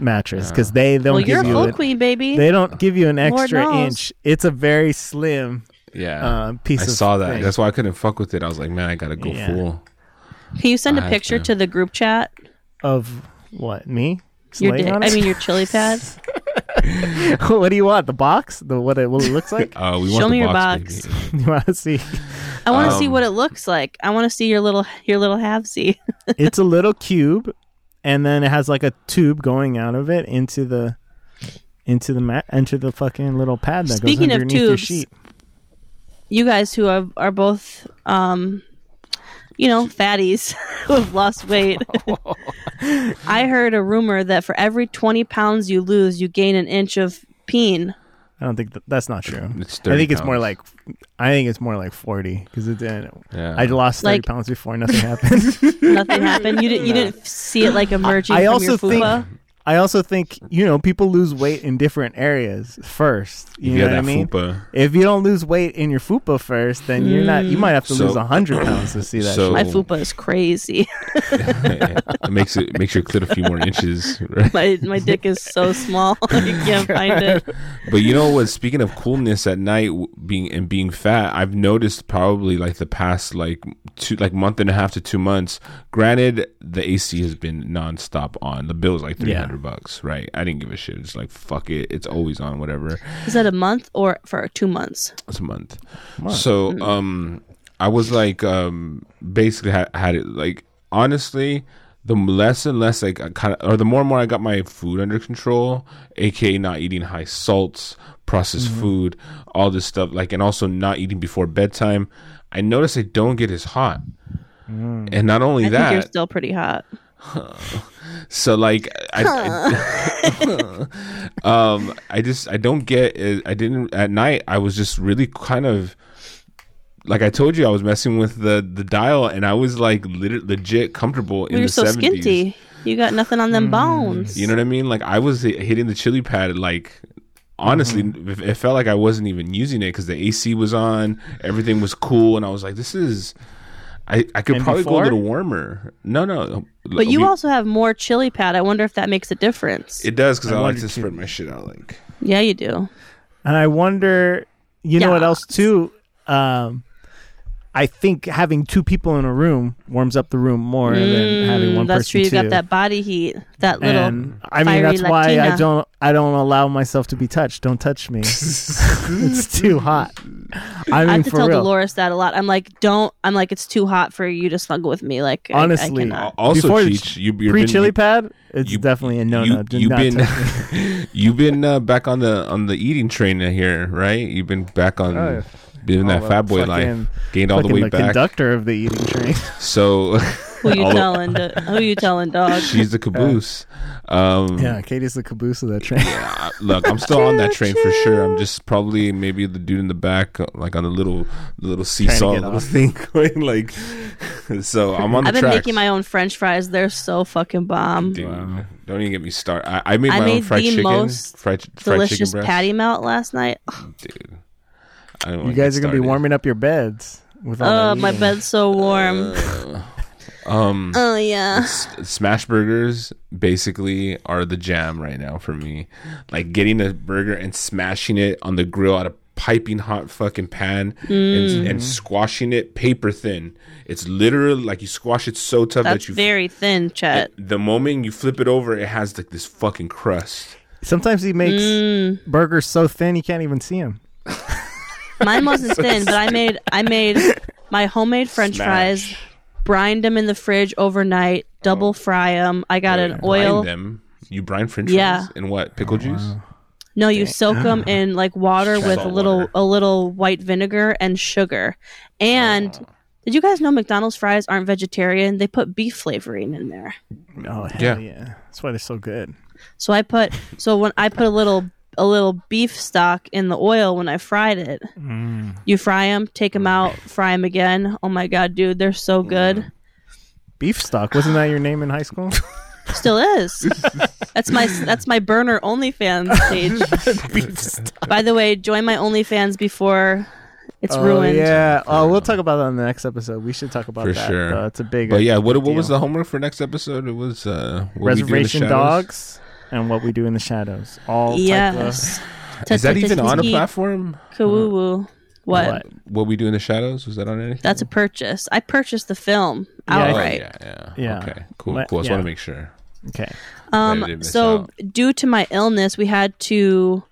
mattress because they don't
well,
give
you're a
you
full
an-
queen, baby.
They don't give you an
Lord
extra
knows.
inch. It's a very slim
yeah.
uh, piece
I
of
saw that.
thing.
That's why I couldn't fuck with it. I was like, man, I gotta go
Yeah.
full.
Can you send
I
a
have
picture
to.
to. the group chat?
of what me.
Your
Slaying
di-
on
I
it?
mean your chili pad.
what do you want? The box? The what it, what it looks like?
Uh, we
Show
want
me
the
your box.
box. baby.
you want to see?
I want to see
Um,
what it looks like. I want to see your little your little halvesy.
It's a little cube, and then it has like a tube going out of it into the into the mat into the fucking little pad that
Speaking
goes
of
underneath your
tubes,
sheet.
You guys who are, are both, um, you know, fatties who have lost weight. I heard a rumor that for every twenty pounds you lose, you gain an inch of peen.
I don't think that, that's not true.
It's
I
30
think it's more
pounds.
like I think it's more like forty because it didn't.
Yeah.
I lost thirty
Like-
pounds before nothing happened.
Nothing happened. You didn't. You didn't see it like emerging.
I
from
also
your
think-
fupa?
I also think you know people lose weight in different areas first. You,
You
know
got
what I
that
mean?
fupa.
If you don't lose weight in your fupa first, then you're not. You might have to
So-
lose lose hundred pounds to see that.
so-
shit.
my fupa is crazy.
it makes it makes your clit a few more inches. Right?
my my dick is so small. you can't find it.
But you know what? Speaking of coolness at night, w- being and being fat, I've noticed probably like the past like two like month and a half to two months. Granted, the AC has been nonstop on. The bill is like three hundred bucks, right? I didn't give a shit. It's like fuck it, it's always on. Whatever.
Is that a month or for two months?
It's a month. So um, I was like um basically had, had it like honestly. The less and less like I kind of, or the more and more I got my food under control, aka not eating high salts, processed food, all this stuff, like, and also not eating before bedtime. I notice I don't get as hot, and not only
I
that,
think you're still pretty hot.
so like I, I- um I just I don't get it. I didn't at night I was just really kind of like I told you I was messing with the the dial and I was like lit- legit comfortable in
You're
the
so
70s.
skinty. You got nothing on
Mm.
them bones.
You know what I mean? Like I was hi- hitting the chili pad like honestly
Mm-hmm.
it- it felt like I wasn't even using it cuz the AC was on, everything was cool and I was like this is I, I could
And
probably go
before?
a little warmer. No, no.
but you
we-
also have more chili pad. I wonder if that makes a difference.
It does because
I
I, like
wondered
to
too.
spread my shit out like
yeah, you do.
And I wonder, you know what
Yeah.
else too? Um, I think having two people in a room warms up the room more than having one
Mm, Hmm, That's
person
true. You
too.
got that body heat. That little.
and I mean
fiery
that's why I
Latina.
don't I don't allow myself to be touched. Don't touch me. it's too hot. I mean
I have to
for
tell
real.
Dolores that a lot. I'm like, don't. I'm like, it's too hot for you to snuggle with me. Like, I-
Honestly.
I, cannot.
Also,
Uh, Before the
Cheech, you, you've
Pre
been-
chili pad, it's
you-
definitely a no
you,
no. Do
you've
not
been
touch me.
you've been uh, back on the on the eating train here, right? You've been back on
Oh,
Being that
Oh,
fat boy life.
fucking-
Gained all the
fucking
way back.
conductor of the eating train.
So
Who you
all the-
telling? To, who you telling, dog?
she's the caboose. Um,
yeah, Katie's the caboose of that train.
I- look, I'm still on that train for sure. I'm just probably maybe the dude in the back, uh, like on the little the little seesaw
get
little
off.
thing going. Like, so I'm on the
I've been
tracks.
making my own French fries. They're so fucking bomb.
Dude,
Wow.
Don't even get me started. I, I made
I
my own
made
fried
the
chicken,
most
fried, ch- fried chicken
Delicious
breast.
patty melt last night.
Oh, Dude, I don't
You guys are gonna be warming up your beds with all
Oh,
that
my
eating.
bed's so warm.
Um,
oh yeah.
S- smash burgers basically are the jam right now for me like getting a burger and smashing it on the grill out of piping hot fucking pan and,
Mm.
and squashing it paper thin it's literally like you squash it so tough
That's
that you
very thin, Chet.
the moment you flip it over it has like this fucking crust
Sometimes he makes
Mm.
burgers so thin you can't even see him.
Mine wasn't thin, but I made I made my homemade French fries,
Smash.
brined them in the fridge overnight,
Oh.
double fry 'em. fry them. I got an
Brine
oil.
them you brine french
Yeah.
fries in what
Oh,
pickle juice
No, you soak 'em soak them in like water with a
Salt
little
water.
a little white vinegar and sugar. And
Oh.
did you guys know McDonald's fries aren't vegetarian? They put beef flavoring in there.
Oh hell
Yeah.
yeah. That's why they're so good.
So I put so when I put a little a little beef stock in the oil when I fried it.
Mm.
You fry them, take them out, fry them again. Oh my god, dude, they're so
Mm.
good.
Beef stock wasn't that your name in high school?
Still is. that's my that's my burner OnlyFans page.
Beef stock.
By the way, join my OnlyFans before it's
Oh,
ruined.
Yeah. Oh, we'll talk about that on the next episode. We should talk about
For
that.
sure.
though. It's a big.
but yeah what, what
deal.
was the homework for next episode it was uh what we do in the
reservation
shadows?
dogs and what we do in the shadows. All yes.
Yes.
is that even on a
Tatiki
platform
Kawuwu. What?
What?
What We Do in the Shadows? Was that on anything?
That's a purchase. I purchased the film
I
Oh,
outright.
Yeah, yeah.
Yeah.
Okay, cool,
Let-
cool. I just want to
yeah.
make sure.
Okay.
I didn't
Um,
miss
so
out.
due to my illness, we had to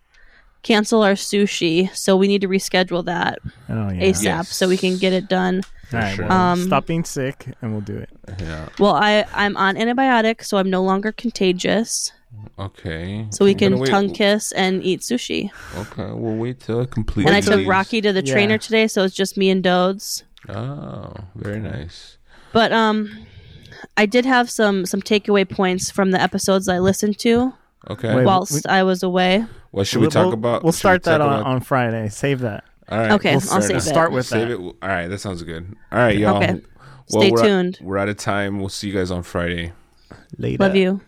cancel our sushi. So we need to reschedule that
Oh yeah.
ASAP so we can get it done.
All right.
sure.
Well,
Um,
stop being sick and we'll do it.
Yeah.
Well, I I'm on antibiotics, so I'm no longer contagious.
Okay.
So we
We're gonna
can
wait-
tongue kiss and eat sushi.
Okay, we'll wait till it completes.
And I took
these.
Rocky to the
Yeah.
trainer today, so it's just me and Dodes.
Oh, very nice.
But um, I did have some some takeaway points from the episodes I listened to
Okay.
Wait,
whilst I was away.
what should we
We'll-
talk
we'll-
about?
We'll
should we
start that
talk
on,
about-
on Friday. Save that.
All right.
Okay, I'll
fair
save
enough.
it.
Start with
Save
that.
it. All right, that sounds good. All right, y'all.
Okay.
Well,
Stay
we're out-
tuned.
we're out of time. We'll see you guys on Friday.
Later.
Love you.